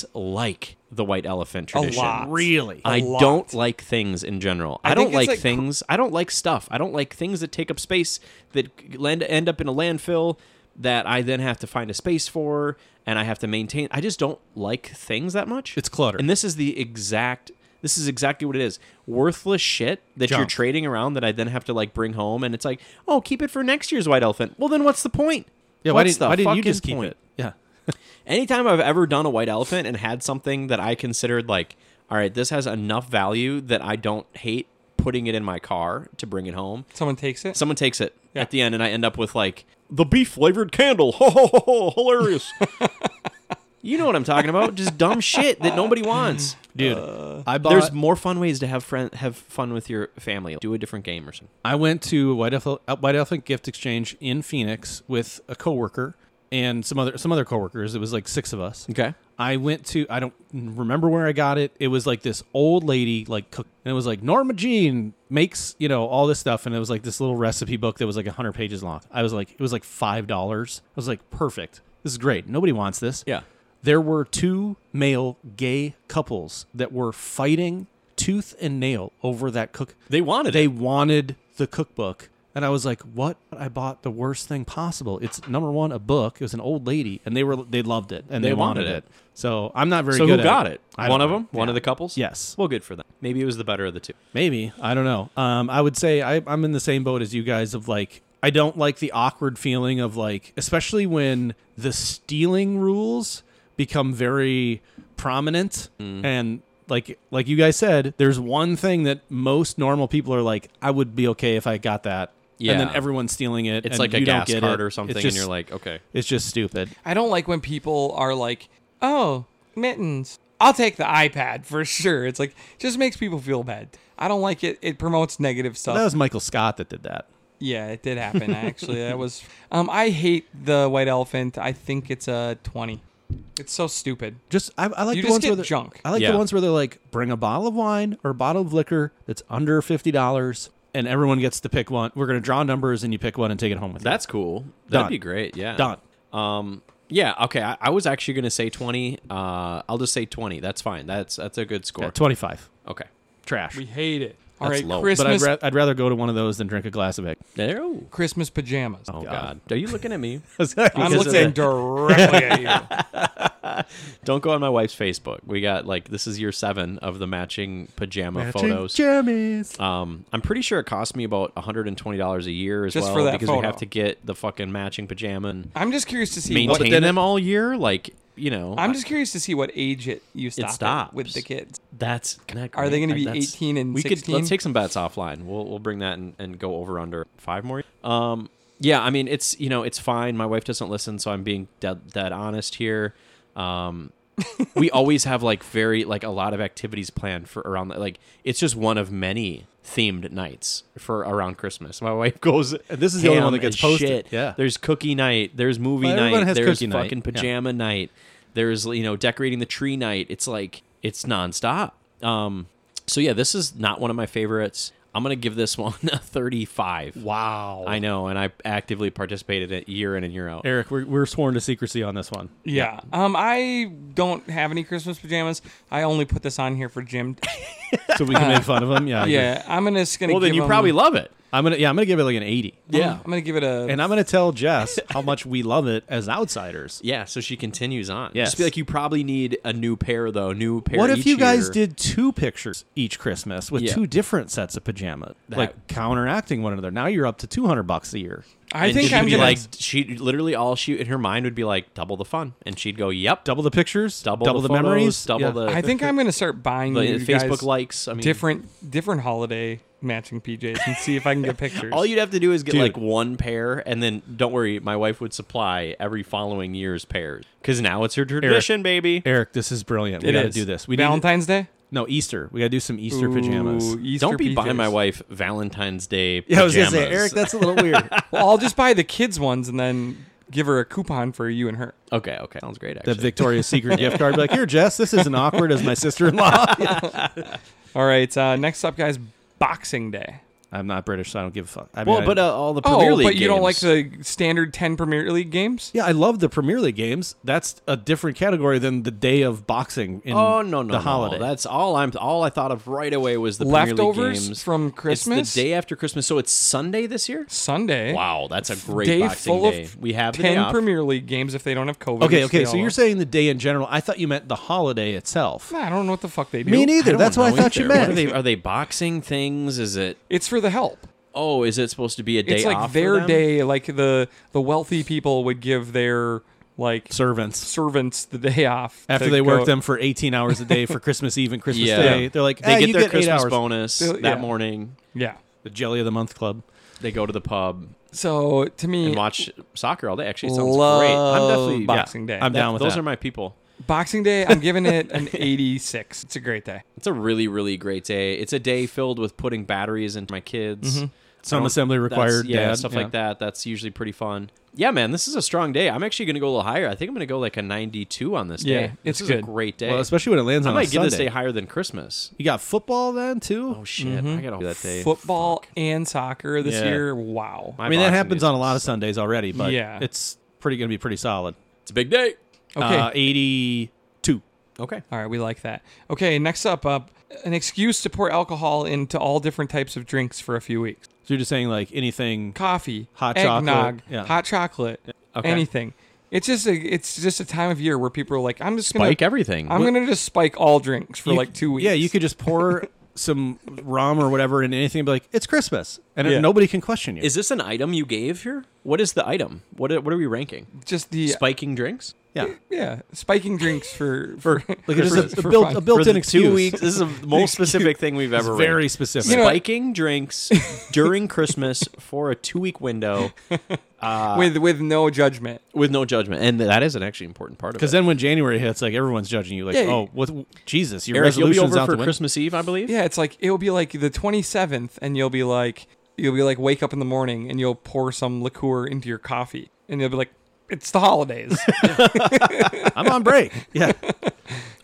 Speaker 3: dislike the white elephant
Speaker 1: A
Speaker 3: tradition.
Speaker 1: lot.
Speaker 2: Really?
Speaker 1: A
Speaker 3: I
Speaker 1: lot.
Speaker 3: don't like things in general. I,
Speaker 1: I think
Speaker 3: don't
Speaker 1: it's
Speaker 3: like,
Speaker 1: like cr-
Speaker 3: things. I don't like stuff. I don't like things that take up space that land, end up in a landfill that I then have to find a space for and I have to maintain. I just don't like things that much.
Speaker 2: It's clutter.
Speaker 3: And this is the exact. This is exactly what it is. Worthless shit that you're
Speaker 2: Junk.
Speaker 3: trading around that I then have to like bring home, and it's like, oh, keep it for next year's white elephant. Well, then what's the point?
Speaker 2: yeah, why
Speaker 3: What's
Speaker 2: didn't,
Speaker 3: the
Speaker 2: why didn't you
Speaker 3: fucking
Speaker 2: just keep
Speaker 3: point? Uh,
Speaker 2: it? Yeah.
Speaker 3: Anytime I've ever done a white elephant and had something that I considered like, all right, this has enough value that I don't hate putting it in my car to bring it home.
Speaker 1: Someone takes it.
Speaker 3: Someone takes it
Speaker 1: Yeah.
Speaker 3: at the end, and I end up with like the beef flavored candle. Ho ho ho ho! Hilarious. you know what I'm talking about? Just dumb shit that nobody wants.
Speaker 2: Dude, I bought
Speaker 3: There's more fun ways to have friend have fun with your family. Do a different game or something.
Speaker 2: I went to White Elephant, White Elephant Gift Exchange in Phoenix with a coworker and some other some other coworkers. It was like six of us.
Speaker 3: Okay.
Speaker 2: I went to I don't remember where I got it. It was like this old lady like cook and it was like Norma Jean makes, you know, all this stuff and it was like this little recipe book that was like 100 pages long. I was like it was like $5. I was like perfect. This is great. Nobody wants this.
Speaker 3: Yeah.
Speaker 2: There were two male gay couples that were fighting tooth and nail over that cook
Speaker 3: They wanted
Speaker 2: they
Speaker 3: it.
Speaker 2: wanted the cookbook and i was like what i bought the worst thing possible it's number one a book it was an old lady and they were they loved it and they,
Speaker 3: They wanted
Speaker 2: wanted, it.
Speaker 3: it.
Speaker 2: so i'm not very
Speaker 3: So
Speaker 2: good
Speaker 3: who got
Speaker 2: at
Speaker 3: it?
Speaker 2: I
Speaker 3: One
Speaker 2: don't
Speaker 3: of
Speaker 2: know.
Speaker 3: them? One of the couples?
Speaker 2: yes
Speaker 3: Well, good for them. Maybe it was the better of the two.
Speaker 2: maybe i don't know um i would say I, i'm in the same boat as you guys of like i don't like the awkward feeling of like especially when the stealing rules become very prominent
Speaker 3: Mm.
Speaker 2: and like like you guys said there's one thing that most normal people are like i would be okay if i got that
Speaker 3: Yeah.
Speaker 2: and then everyone's stealing it
Speaker 3: It's
Speaker 2: and
Speaker 3: like a
Speaker 2: you don't
Speaker 3: gas
Speaker 2: get
Speaker 3: card
Speaker 2: it.
Speaker 3: or
Speaker 2: It's
Speaker 3: something,
Speaker 2: just-
Speaker 3: and you're like, okay.
Speaker 2: it's just stupid
Speaker 1: I don't like when people are like, "Oh, mittens. I'll take the iPad for sure." It's like just makes people feel bad. I don't like it. It promotes negative
Speaker 3: "Oh."
Speaker 1: stuff.
Speaker 2: that was michael scott that did that
Speaker 1: yeah, it did happen actually. that was um I hate the white elephant. I think it's a 20. It's so stupid.
Speaker 2: Just I, I like
Speaker 1: You
Speaker 2: the
Speaker 1: just
Speaker 2: ones
Speaker 1: get
Speaker 2: where they're-
Speaker 1: junk.
Speaker 2: I like
Speaker 3: Yeah.
Speaker 2: the ones where they're like, bring a bottle of wine or a bottle of liquor that's under fifty dollars, and everyone gets to pick one. We're gonna draw numbers, and you pick one and take it home with
Speaker 3: That's cool. That'd
Speaker 2: Done.
Speaker 3: be great. Yeah.
Speaker 2: you. Done.
Speaker 3: Um. Yeah. Okay. I, I was actually gonna say twenty. Uh. I'll just say twenty. That's fine. That's that's a good score.
Speaker 2: Yeah, Twenty-five.
Speaker 3: okay.
Speaker 2: Trash.
Speaker 1: We hate it. All
Speaker 3: That's
Speaker 1: right,
Speaker 3: low. But
Speaker 2: but I'd,
Speaker 1: Christmas
Speaker 2: ra- I'd rather go to one of those than drink a glass of egg.
Speaker 3: There. Oh,
Speaker 1: Christmas pajamas.
Speaker 3: oh God.
Speaker 2: God.
Speaker 3: Are you looking at me?
Speaker 1: I'm
Speaker 2: Because of
Speaker 1: looking
Speaker 2: the-
Speaker 1: directly at you.
Speaker 3: Don't go on my wife's Facebook. We got like this is year seven of the matching pajama
Speaker 2: Matching
Speaker 3: photos.
Speaker 2: jammies.
Speaker 3: Um, I'm pretty sure it cost me about $120 a year as
Speaker 1: Just
Speaker 3: well
Speaker 1: for that
Speaker 3: because we
Speaker 1: photo.
Speaker 3: have to get the fucking matching pajama and
Speaker 1: I'm just curious to see
Speaker 3: maintain
Speaker 1: what
Speaker 3: them all year. Like you know,
Speaker 1: I'm just curious to see what age it you stop it
Speaker 3: stops.
Speaker 1: with the kids.
Speaker 3: that's can I-
Speaker 1: Are they gonna be
Speaker 3: that's-
Speaker 1: 18 and
Speaker 3: we could
Speaker 1: 16?
Speaker 3: let's take some bets offline. We'll we'll bring that and, and go over under five more. Um, yeah, I mean it's you know it's fine. My wife doesn't listen, so I'm being dead dead honest here. Um, we always have like very like a lot of activities planned for around the, like it's just one of many themed nights for around Christmas. My wife goes.
Speaker 2: And Uh, this is the only
Speaker 3: ham
Speaker 2: one that gets
Speaker 3: as
Speaker 2: posted.
Speaker 3: shit.
Speaker 2: Yeah.
Speaker 3: there's cookie night. There's movie
Speaker 2: Well, everyone
Speaker 3: night.
Speaker 2: has
Speaker 3: There's
Speaker 2: cookie night.
Speaker 3: fucking
Speaker 2: Yeah.
Speaker 3: pajama night. There's you know decorating the tree night. It's like it's nonstop. Um, so yeah, this is not one of my favorites. I'm gonna give this one a 35.
Speaker 2: Wow.
Speaker 3: I know, and I actively participated in it year in and year out.
Speaker 2: Eric, we're, we're sworn to secrecy on this one.
Speaker 1: Yeah. Um, I don't have any Christmas pajamas. I only put this on here for Jim.
Speaker 2: So we can make fun of him. Yeah. I agree.
Speaker 1: Yeah, I'm gonna just gonna.
Speaker 3: Well, then
Speaker 1: give
Speaker 3: you
Speaker 1: him-
Speaker 3: probably love it.
Speaker 2: I'm gonna yeah, I'm gonna give it like an eighty.
Speaker 3: Yeah.
Speaker 1: I'm gonna give it a.
Speaker 2: And I'm gonna tell Jess how much we love it as outsiders.
Speaker 3: Yeah, so she continues on.
Speaker 2: Yes.
Speaker 3: Just be like, you probably need a new pair though. New pair.
Speaker 2: What if
Speaker 3: each
Speaker 2: you guys
Speaker 3: year.
Speaker 2: did two pictures each Christmas with
Speaker 3: Yeah.
Speaker 2: two different sets of pajamas,
Speaker 3: That-
Speaker 2: like counteracting one another? Now you're up to two hundred bucks a year.
Speaker 1: I
Speaker 3: and
Speaker 1: think
Speaker 3: she'd
Speaker 1: I'm
Speaker 3: be
Speaker 1: gonna.
Speaker 3: like, she literally all she in her mind would be like, double the fun, and she'd go, "Yep,
Speaker 2: Double the pictures,
Speaker 3: double,
Speaker 2: double
Speaker 3: the,
Speaker 2: the,
Speaker 3: photos,
Speaker 2: memories,
Speaker 3: double
Speaker 2: Yeah.
Speaker 3: the
Speaker 1: I think I'm gonna start buying
Speaker 3: the
Speaker 1: you
Speaker 3: Facebook
Speaker 1: guys
Speaker 3: likes. I mean,
Speaker 1: different different holiday matching PJs and see if I can get pictures.
Speaker 3: All you'd have to do is get
Speaker 2: Dude.
Speaker 3: like one pair, and then don't worry, my wife would supply every following year's pairs because now it's her tradition, baby.
Speaker 2: Eric, this is brilliant. We
Speaker 1: It
Speaker 2: got to
Speaker 1: is.
Speaker 2: do this. We need,
Speaker 1: Valentine's Day.
Speaker 2: no Easter. We got to do some Easter pajamas.
Speaker 1: Ooh, Easter
Speaker 3: don't be buying
Speaker 1: PJs.
Speaker 3: my wife Valentine's Day pajamas.
Speaker 2: Yeah, I was gonna say, Eric, that's a little weird.
Speaker 1: Well, I'll just buy the kids ones and then give her a coupon for you and her.
Speaker 3: okay, okay, sounds great.
Speaker 2: the
Speaker 3: Actually,
Speaker 2: Victoria's Secret gift card, like here, Jess, this isn't awkward as my sister-in-law.
Speaker 1: All right. Uh, next up, guys, Boxing Day.
Speaker 2: I'm not British, so I don't give a fuck. I
Speaker 3: well,
Speaker 2: mean, I-
Speaker 3: but uh, all the
Speaker 1: Oh,
Speaker 3: Premier League
Speaker 1: but you don't like
Speaker 3: games-
Speaker 1: the standard ten Premier League games?
Speaker 2: Yeah, I love the Premier League games. That's a different category than the day of boxing. In
Speaker 3: Oh no
Speaker 2: the
Speaker 3: no no.
Speaker 2: holiday.
Speaker 3: That's all I'm all I thought of right away was the Premier League
Speaker 1: Leftovers
Speaker 3: games.
Speaker 1: from
Speaker 3: It's
Speaker 1: Christmas?
Speaker 3: the day after Christmas, so it's Sunday this year.
Speaker 1: Sunday.
Speaker 3: Wow, that's a great
Speaker 1: day
Speaker 3: boxing
Speaker 1: full
Speaker 3: day.
Speaker 1: of
Speaker 3: we have the day
Speaker 1: ten
Speaker 3: off.
Speaker 1: Premier League games if they don't have COVID.
Speaker 2: okay,
Speaker 1: which they
Speaker 2: okay. So
Speaker 1: all
Speaker 2: you're
Speaker 1: have.
Speaker 2: saying the day in general? I thought you meant the holiday itself.
Speaker 1: Nah, I don't know what the fuck they do.
Speaker 2: Me neither.
Speaker 3: don't
Speaker 2: That's what I
Speaker 3: know
Speaker 2: thought you
Speaker 3: either. What Are
Speaker 2: meant.
Speaker 3: they, are they boxing things? Is it?
Speaker 1: It's for the help.
Speaker 3: Oh, is it supposed to be a day?
Speaker 1: it's like
Speaker 3: off
Speaker 1: their
Speaker 3: for them?
Speaker 1: day. Like the the wealthy people would give their like
Speaker 2: Servants.
Speaker 1: servants the day off
Speaker 2: After
Speaker 1: to
Speaker 2: they work
Speaker 1: go-
Speaker 2: them for 18 hours a day for Christmas Eve and Christmas
Speaker 3: Yeah.
Speaker 2: Day, they're like,
Speaker 3: They
Speaker 2: "Ah,
Speaker 3: get
Speaker 2: you
Speaker 3: their
Speaker 2: get eight
Speaker 3: Christmas
Speaker 2: hours.
Speaker 3: bonus
Speaker 1: They-
Speaker 3: that
Speaker 1: yeah.
Speaker 3: morning.
Speaker 1: Yeah.
Speaker 2: The jelly of the month club.
Speaker 3: They go to the pub
Speaker 1: So to me,
Speaker 3: and watch soccer all day. Actually, it sounds great. I'm
Speaker 1: love
Speaker 3: definitely yeah.
Speaker 1: Boxing Day.
Speaker 2: I'm
Speaker 3: That-
Speaker 2: down with
Speaker 3: those
Speaker 2: that.
Speaker 3: are my people.
Speaker 1: Boxing Day, I'm giving it an 86. It's a great day.
Speaker 3: It's a really, really great day. It's a day filled with putting batteries into my kids. I
Speaker 2: Some
Speaker 3: don't-
Speaker 2: assembly
Speaker 3: that's-
Speaker 2: Mm-hmm. required.
Speaker 3: yeah,
Speaker 2: dad.
Speaker 3: stuff
Speaker 2: Yeah.
Speaker 3: like that. That's usually pretty fun. Yeah, man, this is a strong day. I'm actually going to go a little higher. I think I'm going to go like a 92 on this
Speaker 1: Yeah,
Speaker 3: day. This
Speaker 1: it's
Speaker 3: is a
Speaker 1: good.
Speaker 3: great day.
Speaker 2: Well, especially when it lands
Speaker 3: I
Speaker 2: on
Speaker 3: might
Speaker 2: a
Speaker 3: give this
Speaker 2: Sunday.
Speaker 3: day higher than Christmas.
Speaker 2: You got football then too.
Speaker 3: Oh shit,
Speaker 2: Mm-hmm.
Speaker 3: I got to that day.
Speaker 1: Football and soccer this
Speaker 2: Yeah.
Speaker 1: year. Wow.
Speaker 3: My
Speaker 2: I mean, that
Speaker 3: boxing
Speaker 2: happens
Speaker 3: day
Speaker 2: on a lot of Sundays already, but
Speaker 1: Yeah.
Speaker 2: it's pretty going to be pretty solid.
Speaker 3: It's a big day.
Speaker 1: Okay.
Speaker 2: Uh, 82.
Speaker 3: Okay.
Speaker 1: All right, we like that. Okay, next up, uh, an excuse to pour alcohol into all different types of drinks for a few weeks.
Speaker 2: So you're just saying like anything.
Speaker 1: Coffee,
Speaker 2: Hot chocolate,
Speaker 1: eggnog,
Speaker 2: yeah.
Speaker 1: hot chocolate,
Speaker 3: Okay.
Speaker 1: anything. It's just a it's just a time of year where people are like, I'm just gonna
Speaker 3: Spike everything.
Speaker 1: I'm gonna just spike all drinks for
Speaker 2: you-
Speaker 1: like two weeks.
Speaker 2: Yeah, you could just pour some rum or whatever in anything and be like, it's Christmas. And
Speaker 1: Yeah.
Speaker 2: nobody can question you.
Speaker 3: Is this an item you gave here? What is the item? What are, what are we ranking?
Speaker 1: just the
Speaker 3: Spiking drinks?
Speaker 2: yeah.
Speaker 1: yeah spiking drinks for for,
Speaker 2: Like it's
Speaker 1: for-
Speaker 2: just a, a
Speaker 1: for
Speaker 2: built,
Speaker 1: fun.
Speaker 2: a built
Speaker 3: For
Speaker 2: in
Speaker 3: the
Speaker 2: excuse.
Speaker 3: Two weeks. This is the most specific thing we've
Speaker 2: It's
Speaker 3: ever
Speaker 2: very
Speaker 3: ranked.
Speaker 2: specific.
Speaker 1: You know-
Speaker 3: Spiking drinks during Christmas for a two week window
Speaker 1: with with no judgment.
Speaker 3: with no judgment. And that is an actually important part of
Speaker 2: because
Speaker 3: it.
Speaker 2: then when January hits, like everyone's judging you, like,
Speaker 1: Yeah.
Speaker 2: oh, what, Jesus, your
Speaker 3: Eric, you'll be
Speaker 2: resolution's
Speaker 3: over
Speaker 2: out
Speaker 3: for
Speaker 2: the window.
Speaker 3: Christmas Eve, I believe.
Speaker 1: Yeah, it's like it'll be like the 27th, and you'll be like, you'll be like, wake up in the morning, and you'll pour some liqueur into your coffee, and you'll be like, it's the holidays.
Speaker 2: I'm on break. Yeah,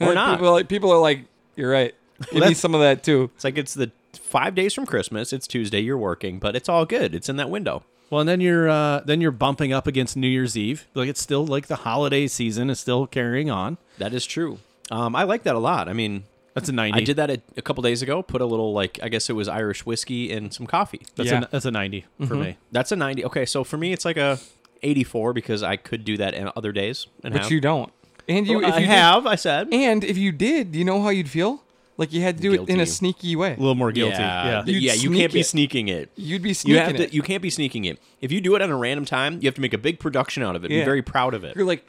Speaker 3: Or
Speaker 1: And
Speaker 3: not.
Speaker 1: People are like, people are like, you're right. Give me
Speaker 2: that's-
Speaker 1: some of that too.
Speaker 3: It's like it's the five days from Christmas. It's Tuesday. You're working, but it's all good. It's in that window.
Speaker 2: Well, and then you're uh, then you're bumping up against New Year's Eve. Like it's still like the holiday season is still carrying on.
Speaker 3: That is true. Um, I like that a lot. I mean,
Speaker 2: That's a ninety.
Speaker 3: I did that a, a couple days ago. Put a little like I guess it was Irish whiskey and some coffee.
Speaker 2: That's,
Speaker 1: Yeah.
Speaker 2: a, that's a ninety for
Speaker 3: Mm-hmm.
Speaker 2: me.
Speaker 3: That's a ninety. Okay, so for me it's like a eighty-four because I could do that in other days and
Speaker 1: But
Speaker 3: have.
Speaker 1: you don't. And you, if
Speaker 3: I
Speaker 1: you
Speaker 3: have. I said.
Speaker 1: Did, and if you did, you know how you'd feel? Like you had to do it in
Speaker 3: Guilty.
Speaker 1: a sneaky way.
Speaker 2: A little more guilty.
Speaker 3: Yeah,
Speaker 2: Yeah.
Speaker 3: th-
Speaker 1: You'd
Speaker 3: yeah. You
Speaker 1: sneak
Speaker 3: can't be
Speaker 1: it.
Speaker 3: sneaking it.
Speaker 1: You'd be
Speaker 3: You
Speaker 1: sneaking
Speaker 3: have
Speaker 1: it.
Speaker 3: to. You can't be sneaking it. If you do it on a random time, you have to make a big production out of it.
Speaker 1: Yeah.
Speaker 3: Be very proud of it.
Speaker 1: You're like,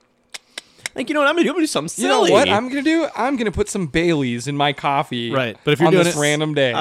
Speaker 3: Like, you know what? I'm gonna do? I'm gonna do something
Speaker 1: You
Speaker 3: silly.
Speaker 1: know what I'm gonna do? I'm gonna put some Baileys in my coffee.
Speaker 2: Right, but if you're
Speaker 1: on
Speaker 2: doing
Speaker 1: this
Speaker 2: it-
Speaker 1: random day,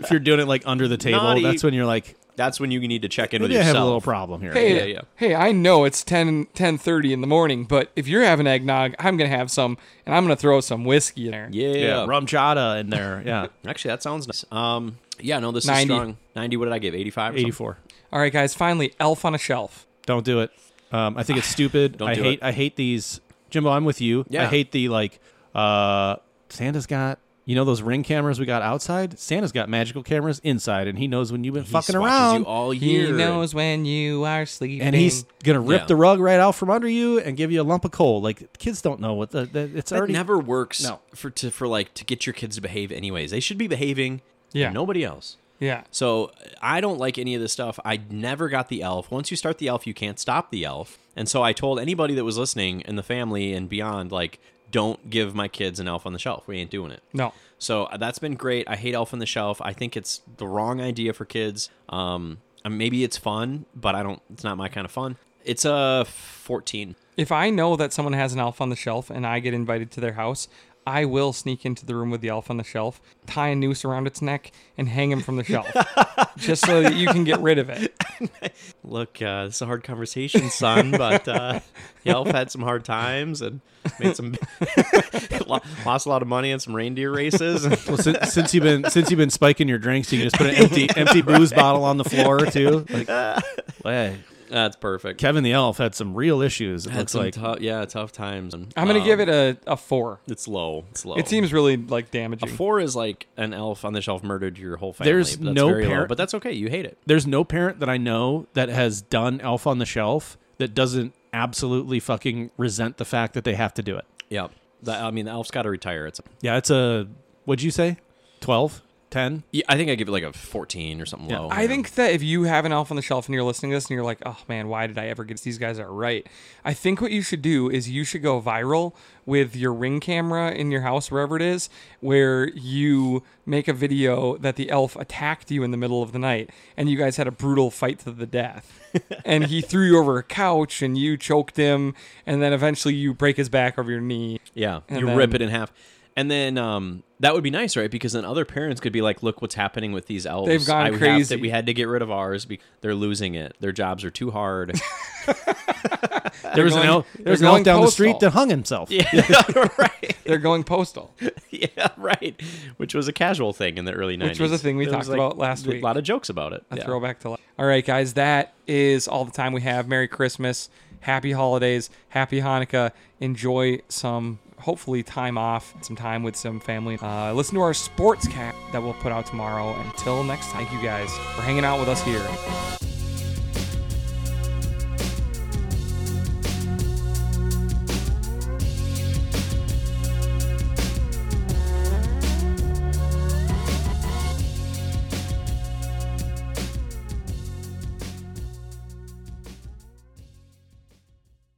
Speaker 2: if you're doing it like under the table,
Speaker 3: Naughty.
Speaker 2: that's when you're like,
Speaker 3: That's when you need to check in with
Speaker 2: maybe I
Speaker 3: yourself.
Speaker 2: have a little problem here.
Speaker 1: hey,
Speaker 3: yeah, yeah.
Speaker 1: hey, I know it's 10, 10.30 in the morning, but if you're having eggnog, I'm gonna have some, and I'm gonna throw some whiskey in there.
Speaker 3: Yeah.
Speaker 2: yeah, rum chata in there. Yeah,
Speaker 3: Actually, that sounds nice. Um, yeah, no, this
Speaker 1: 90.
Speaker 3: is strong. 90. What did I give? 85. Or something?
Speaker 2: 84.
Speaker 1: All right, guys. Finally, Elf on a Shelf.
Speaker 2: Don't do it. Um, I think it's stupid.
Speaker 3: Don't
Speaker 2: I
Speaker 3: do
Speaker 2: hate.
Speaker 3: it.
Speaker 2: I hate these. Jimbo, I'm with you. I
Speaker 3: Yeah.
Speaker 2: hate the like. Uh, Santa's got you know those ring cameras we got outside. Santa's got magical cameras inside, and he knows when you've been
Speaker 3: He
Speaker 2: fucking
Speaker 3: swatches
Speaker 2: around.
Speaker 3: you all
Speaker 1: He
Speaker 3: year.
Speaker 1: knows when you are sleeping.
Speaker 2: and he's gonna rip
Speaker 3: Yeah.
Speaker 2: the rug right out from under you and give you a lump of coal. Like kids don't know what the, the it's
Speaker 3: That
Speaker 2: already
Speaker 3: never works
Speaker 2: No.
Speaker 3: for to for like to get your kids to behave anyways. They should be behaving.
Speaker 1: Yeah.
Speaker 3: and Nobody else.
Speaker 1: yeah.
Speaker 3: So I don't like any of this stuff. I never got the elf. Once you start the elf, you can't stop the elf. And so I told anybody that was listening in the family and beyond, like, don't give my kids an elf on the shelf. We ain't doing it.
Speaker 1: No.
Speaker 3: So uh, that's been great. I hate Elf on the Shelf. I think it's the wrong idea for kids. Um, uh, maybe it's fun, but I don't. It's not my kind of fun. It's a fourteen.
Speaker 1: If I know that someone has an elf on the shelf and I get invited to their house, I will sneak into the room with the elf on the shelf, tie a noose around its neck, and hang him from the shelf, just so that you can get rid of it.
Speaker 3: Look, uh, this is a hard conversation, son. but uh, the elf had some hard times and made some lo- lost a lot of money in some reindeer races.
Speaker 2: Well, since, since you've been since you've been spiking your drinks, you can just put an empty empty booze bottle on the floor too. Like, hey,
Speaker 3: That's perfect.
Speaker 2: Kevin the Elf had some real issues. It
Speaker 3: Had
Speaker 2: looks
Speaker 3: some
Speaker 2: like
Speaker 3: tou- yeah, tough times. I'm
Speaker 1: I'm gonna give it a, a four.
Speaker 3: It's low. It's low.
Speaker 1: It seems really like damaging.
Speaker 3: four is like an elf on the shelf murdered your whole family.
Speaker 2: There's
Speaker 3: but that's
Speaker 2: no
Speaker 3: very low,
Speaker 2: parent-
Speaker 3: but that's okay. You hate it.
Speaker 2: there's no parent that I know that has done Elf on the Shelf that doesn't absolutely fucking resent the fact that they have to do it.
Speaker 3: Yeah. That, I mean, the elf's got to retire. It's
Speaker 2: Yeah, it's a what'd you say? 12? 10?
Speaker 3: Yeah, I think I give it like a 14 or something
Speaker 2: Yeah.
Speaker 3: low.
Speaker 1: I
Speaker 3: Oh, yeah.
Speaker 1: think that if you have an elf on the shelf and you're listening to this and you're like, oh man, why did I ever get these guys are right? I think what you should do is you should go viral with your ring camera in your house, wherever it is, where you make a video that the elf attacked you in the middle of the night and you guys had a brutal fight to the death. and he threw you over a couch and you choked him and then eventually you break his back over your knee.
Speaker 3: Yeah,
Speaker 1: And
Speaker 3: you rip
Speaker 1: then-
Speaker 3: it in half. And then um, that would be nice, right? Because then other parents could be like, "Look what's happening with these elves.
Speaker 1: They've gone
Speaker 3: I have
Speaker 1: crazy.
Speaker 3: to- we had to get rid of ours. Be- they're losing it. Their jobs are too hard."
Speaker 2: There was
Speaker 1: going-
Speaker 2: an elf
Speaker 1: they're
Speaker 2: there was an elf
Speaker 1: going
Speaker 2: down the
Speaker 1: postal.
Speaker 2: street that hung himself.
Speaker 3: yeah, right.
Speaker 1: They're going postal.
Speaker 3: Yeah, right. Which was a casual thing in the early nineties.
Speaker 1: was a thing we talked about last
Speaker 3: A
Speaker 1: week.
Speaker 3: lot of jokes about it. Yeah.
Speaker 1: throwback to life. All right, guys, that is all the time we have. Merry Christmas, happy holidays, happy Hanukkah. Enjoy some, hopefully, time off, some time with some family. Uh, listen to our sports cat that we'll put out tomorrow. Until next time, thank you guys for hanging out with us here.